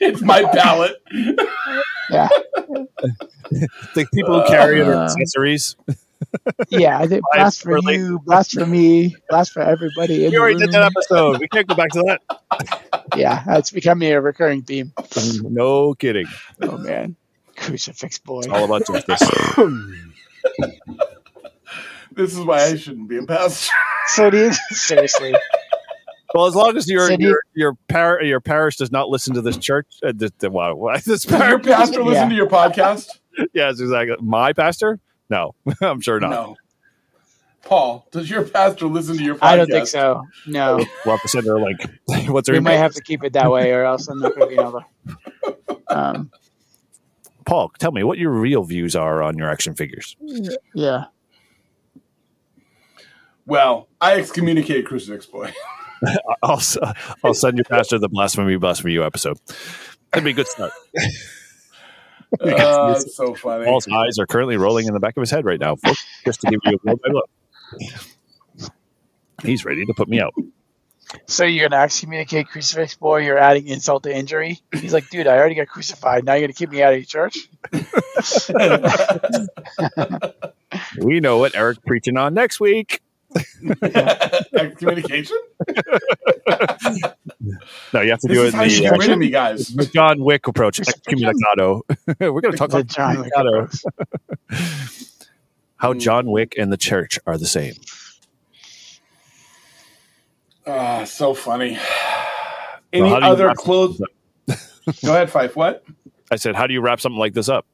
Speaker 6: It's my pallet.
Speaker 4: The people who carry
Speaker 6: Uh,
Speaker 4: it are accessories.
Speaker 7: Yeah, I think
Speaker 4: Five
Speaker 7: blast for
Speaker 4: relate-
Speaker 7: you, blast for me, blast for everybody. In
Speaker 4: We
Speaker 7: the
Speaker 4: already
Speaker 7: room.
Speaker 4: did that episode. We can't go back to that.
Speaker 7: Yeah, it's becoming a recurring theme.
Speaker 4: No kidding.
Speaker 7: Oh man, crucifix boy.
Speaker 4: All about justice.
Speaker 6: This is why I shouldn't be a pastor.
Speaker 7: So do you seriously?
Speaker 4: Well, as long as your
Speaker 7: So do you-
Speaker 4: your your, par- your parish does not listen to this church, uh, this, the- wow, why- this
Speaker 6: Does your
Speaker 4: parish,
Speaker 6: pastor listen
Speaker 7: Yeah.
Speaker 6: to your podcast?
Speaker 4: yes, exactly. My pastor? No, I'm sure not.
Speaker 6: No. Paul, does your pastor listen to your podcast?
Speaker 7: I don't think so. No,
Speaker 4: We'll have to send her a link. What's her
Speaker 7: we might
Speaker 4: email?
Speaker 7: have to keep it that way, or else I'm not going to be another. Um,
Speaker 4: Paul, tell me what your real views are on your action figures.
Speaker 7: yeah.
Speaker 6: Well, I excommunicated Crucifix Boy.
Speaker 4: I'll, I'll send your pastor the blasphemy blasphemy you episode. That'd be a good start.
Speaker 6: Uh, it's so funny.
Speaker 4: Paul's eyes are currently rolling in the back of his head right now, folks, just to give you a blow by blow. He's ready to put me out.
Speaker 7: So you're gonna excommunicate Crucifix Boy? You're adding insult to injury. He's like, dude, I already got crucified. Now you're gonna keep me out of your church?
Speaker 4: We know what Eric's preaching on next week.
Speaker 6: Communication.
Speaker 4: No, you have to
Speaker 6: This
Speaker 4: do it
Speaker 6: is how you
Speaker 4: the
Speaker 6: get rid
Speaker 4: uh,
Speaker 6: of me, guys.
Speaker 4: the John Wick approach. Excommunicado. We're going to talk
Speaker 7: The
Speaker 4: about
Speaker 7: John Wick
Speaker 4: excommunicado. How
Speaker 6: Mm.
Speaker 4: John Wick and the church are the same.
Speaker 6: Ah, so funny. Any
Speaker 4: how do you
Speaker 6: other
Speaker 4: wrap
Speaker 6: close? Go ahead, Fife. What?
Speaker 4: I said, how do you wrap something like this up?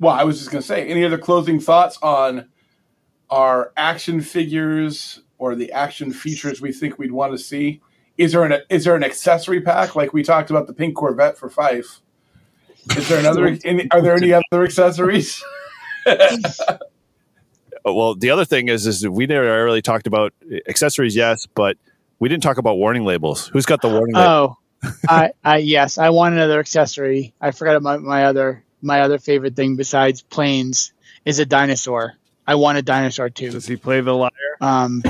Speaker 6: Well, I was just going to say, any other closing thoughts on our action figures or the action features we think we'd want to see? Is there an is there an accessory pack like we talked about the pink Corvette for Fife? Is there another? any, are there any other accessories?
Speaker 4: Uh, Well, the other thing is, is we never really talked about accessories, yes, but we didn't talk about warning labels. Who's got the warning label?
Speaker 7: Oh, I, I yes, I want another accessory. I forgot my, my other my other favorite thing besides planes is a dinosaur. I want a dinosaur too.
Speaker 8: Does he play the liar?
Speaker 7: Um,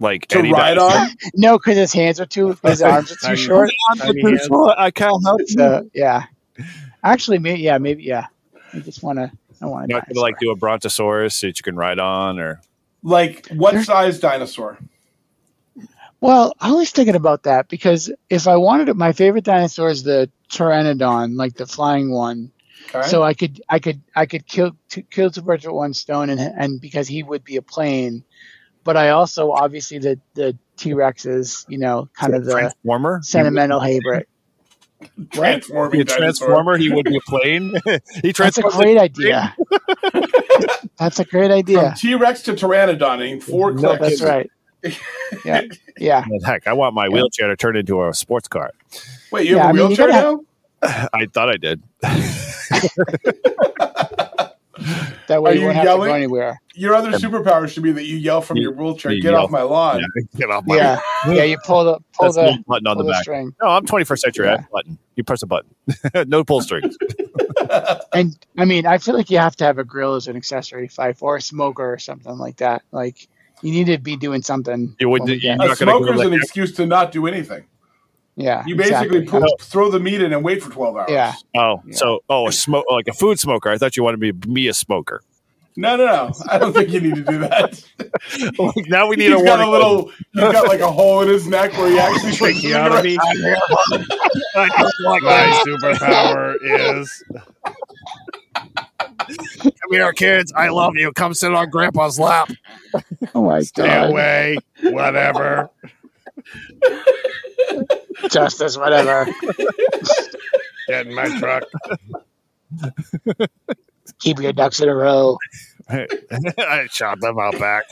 Speaker 4: Like
Speaker 6: to
Speaker 4: Eddie
Speaker 6: ride
Speaker 4: Dice-
Speaker 6: on?
Speaker 7: no, because his hands are too his arms are too
Speaker 8: Tiny-
Speaker 7: short.
Speaker 8: tiny hands.
Speaker 4: I can't help you.
Speaker 7: So yeah, actually, maybe yeah, maybe yeah. I just want to. I want
Speaker 4: You have to like do a brontosaurus that you can ride on, or
Speaker 6: Like what size dinosaur?
Speaker 7: Well, I was thinking about that because if I wanted it, my favorite dinosaur is the pteranodon, like the flying one.
Speaker 6: Okay.
Speaker 7: So I could, I could, I could kill two, kill two birds with one stone, and and because he would be a plane, but I also obviously the the T Rex is you know kind of the
Speaker 4: transformer.
Speaker 7: sentimental favorite.
Speaker 4: Be
Speaker 6: transforming
Speaker 4: a
Speaker 6: dinosaur.
Speaker 4: transformer. He would be a plane. he
Speaker 7: That's a
Speaker 4: transforms.
Speaker 7: great idea. That's a great
Speaker 6: From
Speaker 7: idea.
Speaker 6: T Rex to Pteranodon in four
Speaker 4: No,
Speaker 6: clicks.
Speaker 7: That's right. Yeah, yeah.
Speaker 4: Heck, I want my wheelchair to turn into a sports car.
Speaker 6: Wait, you
Speaker 7: Yeah, I
Speaker 6: have
Speaker 7: mean,
Speaker 6: a
Speaker 7: you
Speaker 6: wheelchair
Speaker 7: gotta have-
Speaker 6: now?
Speaker 4: I thought I did.
Speaker 7: That
Speaker 6: Are
Speaker 7: way you
Speaker 6: you
Speaker 7: won't have to go
Speaker 6: yelling?
Speaker 7: anywhere.
Speaker 6: Your other superpower should be that you yell from
Speaker 4: You-
Speaker 6: your wheelchair,
Speaker 4: you
Speaker 6: "Get
Speaker 4: yell.
Speaker 6: off my lawn!"
Speaker 4: Yeah, get off my.
Speaker 7: Yeah, yeah. You pull the pull
Speaker 4: That's the
Speaker 7: the
Speaker 4: one button on
Speaker 7: pull
Speaker 4: the
Speaker 7: the
Speaker 4: back.
Speaker 7: string.
Speaker 4: No, I'm 21st century. I have a button. You press a button. no pull strings.
Speaker 7: And I mean, I feel like you have to have a grill as an accessory fight or a smoker or something like that. Like you need to be doing something.
Speaker 4: You wouldn't-
Speaker 7: when we
Speaker 4: you-
Speaker 7: get-
Speaker 4: I'm
Speaker 6: A
Speaker 4: not gonna go
Speaker 6: smoker's
Speaker 4: like
Speaker 6: an
Speaker 4: that.
Speaker 6: excuse to not do anything.
Speaker 7: yeah.
Speaker 6: You basically
Speaker 7: exactly.
Speaker 6: put, throw the meat in and wait for twelve hours.
Speaker 7: Yeah.
Speaker 4: Oh,
Speaker 7: Yeah.
Speaker 4: so oh, a smoke like a food smoker. I thought you wanted to be me a smoker.
Speaker 6: No, no, no. I don't think you need to do that.
Speaker 4: Like, now we need
Speaker 6: He's
Speaker 4: a
Speaker 6: got a
Speaker 4: warning label.
Speaker 6: little. He's got like a hole in his neck where he actually puts
Speaker 8: Think
Speaker 6: the
Speaker 8: you ought to be- I just want my superpower is
Speaker 4: Come here, kids. I love you. Come sit on Grandpa's lap.
Speaker 7: Oh my
Speaker 8: stay away, whatever.
Speaker 7: Justice, whatever.
Speaker 8: Get in my truck.
Speaker 7: Keep your ducks in a row.
Speaker 4: I shot them out back.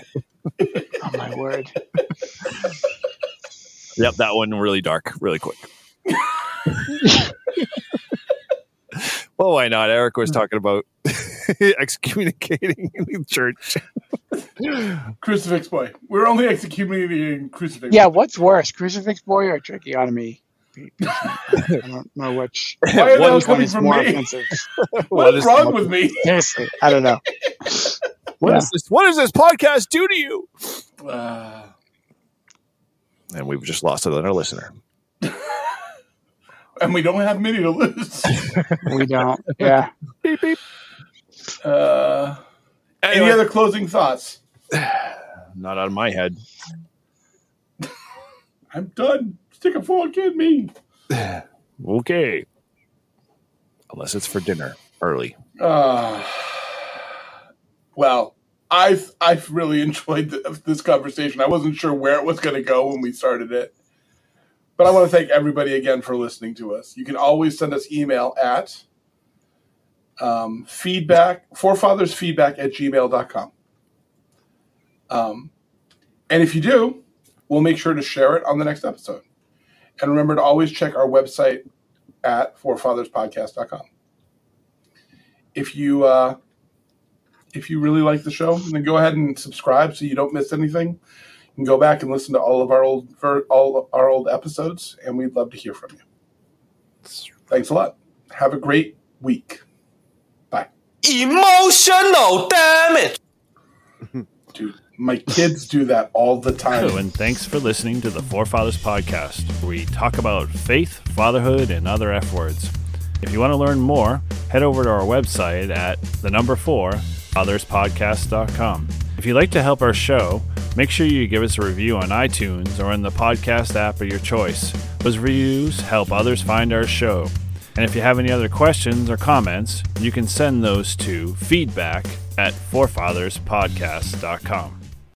Speaker 7: Oh my word.
Speaker 4: Yep, that one really dark, really quick. well, why not? Eric was talking about excommunicating the church.
Speaker 6: crucifix boy. We're only executing crucifix.
Speaker 7: Yeah. What's worse, crucifix boy or tracheotomy? I don't know which
Speaker 6: Why are
Speaker 4: What
Speaker 6: they all
Speaker 7: which one
Speaker 6: coming
Speaker 7: is
Speaker 6: from
Speaker 7: more
Speaker 6: me?
Speaker 7: offensive.
Speaker 4: What
Speaker 6: What's
Speaker 4: is-
Speaker 6: wrong with me?
Speaker 7: Seriously, I don't know.
Speaker 4: What is this? What does this podcast do to you?
Speaker 6: Uh,
Speaker 4: And we've just lost another listener.
Speaker 6: and we don't have many to lose.
Speaker 7: We don't. Yeah.
Speaker 6: Uh,
Speaker 4: Anyway,
Speaker 6: Any other closing thoughts?
Speaker 4: not out of my head.
Speaker 6: I'm done. Stick a fork in me.
Speaker 4: Okay. Unless it's for dinner early.
Speaker 6: Uh, well, I've I've really enjoyed th- this conversation. I wasn't sure where it was going to go when we started it, but I want to thank everybody again for listening to us. You can always send us email at um, feedback forefathersfeedback at gmail.com. Um, and if you do, we'll make sure to share it on the next episode. And remember to always check our website at forefatherspodcast.com if you uh, if you really like the show, then go ahead and subscribe so you don't miss anything. can go back and listen to all of our old ver- all our old episodes, and we'd love to hear from you. Thanks a lot. Have a great week.
Speaker 9: Emotional damage.
Speaker 6: Dude, my kids do that all the time.
Speaker 8: Hello, and thanks for listening to the Forefathers Podcast, where we talk about faith, fatherhood, and other F words. If you want to learn more, head over to our website at the number four, fatherspodcast.com. If you'd like to help our show, make sure you give us a review on iTunes or in the podcast app of your choice. Those reviews help others find our show. And if you have any other questions or comments, you can send those to feedback at forefatherspodcast.com.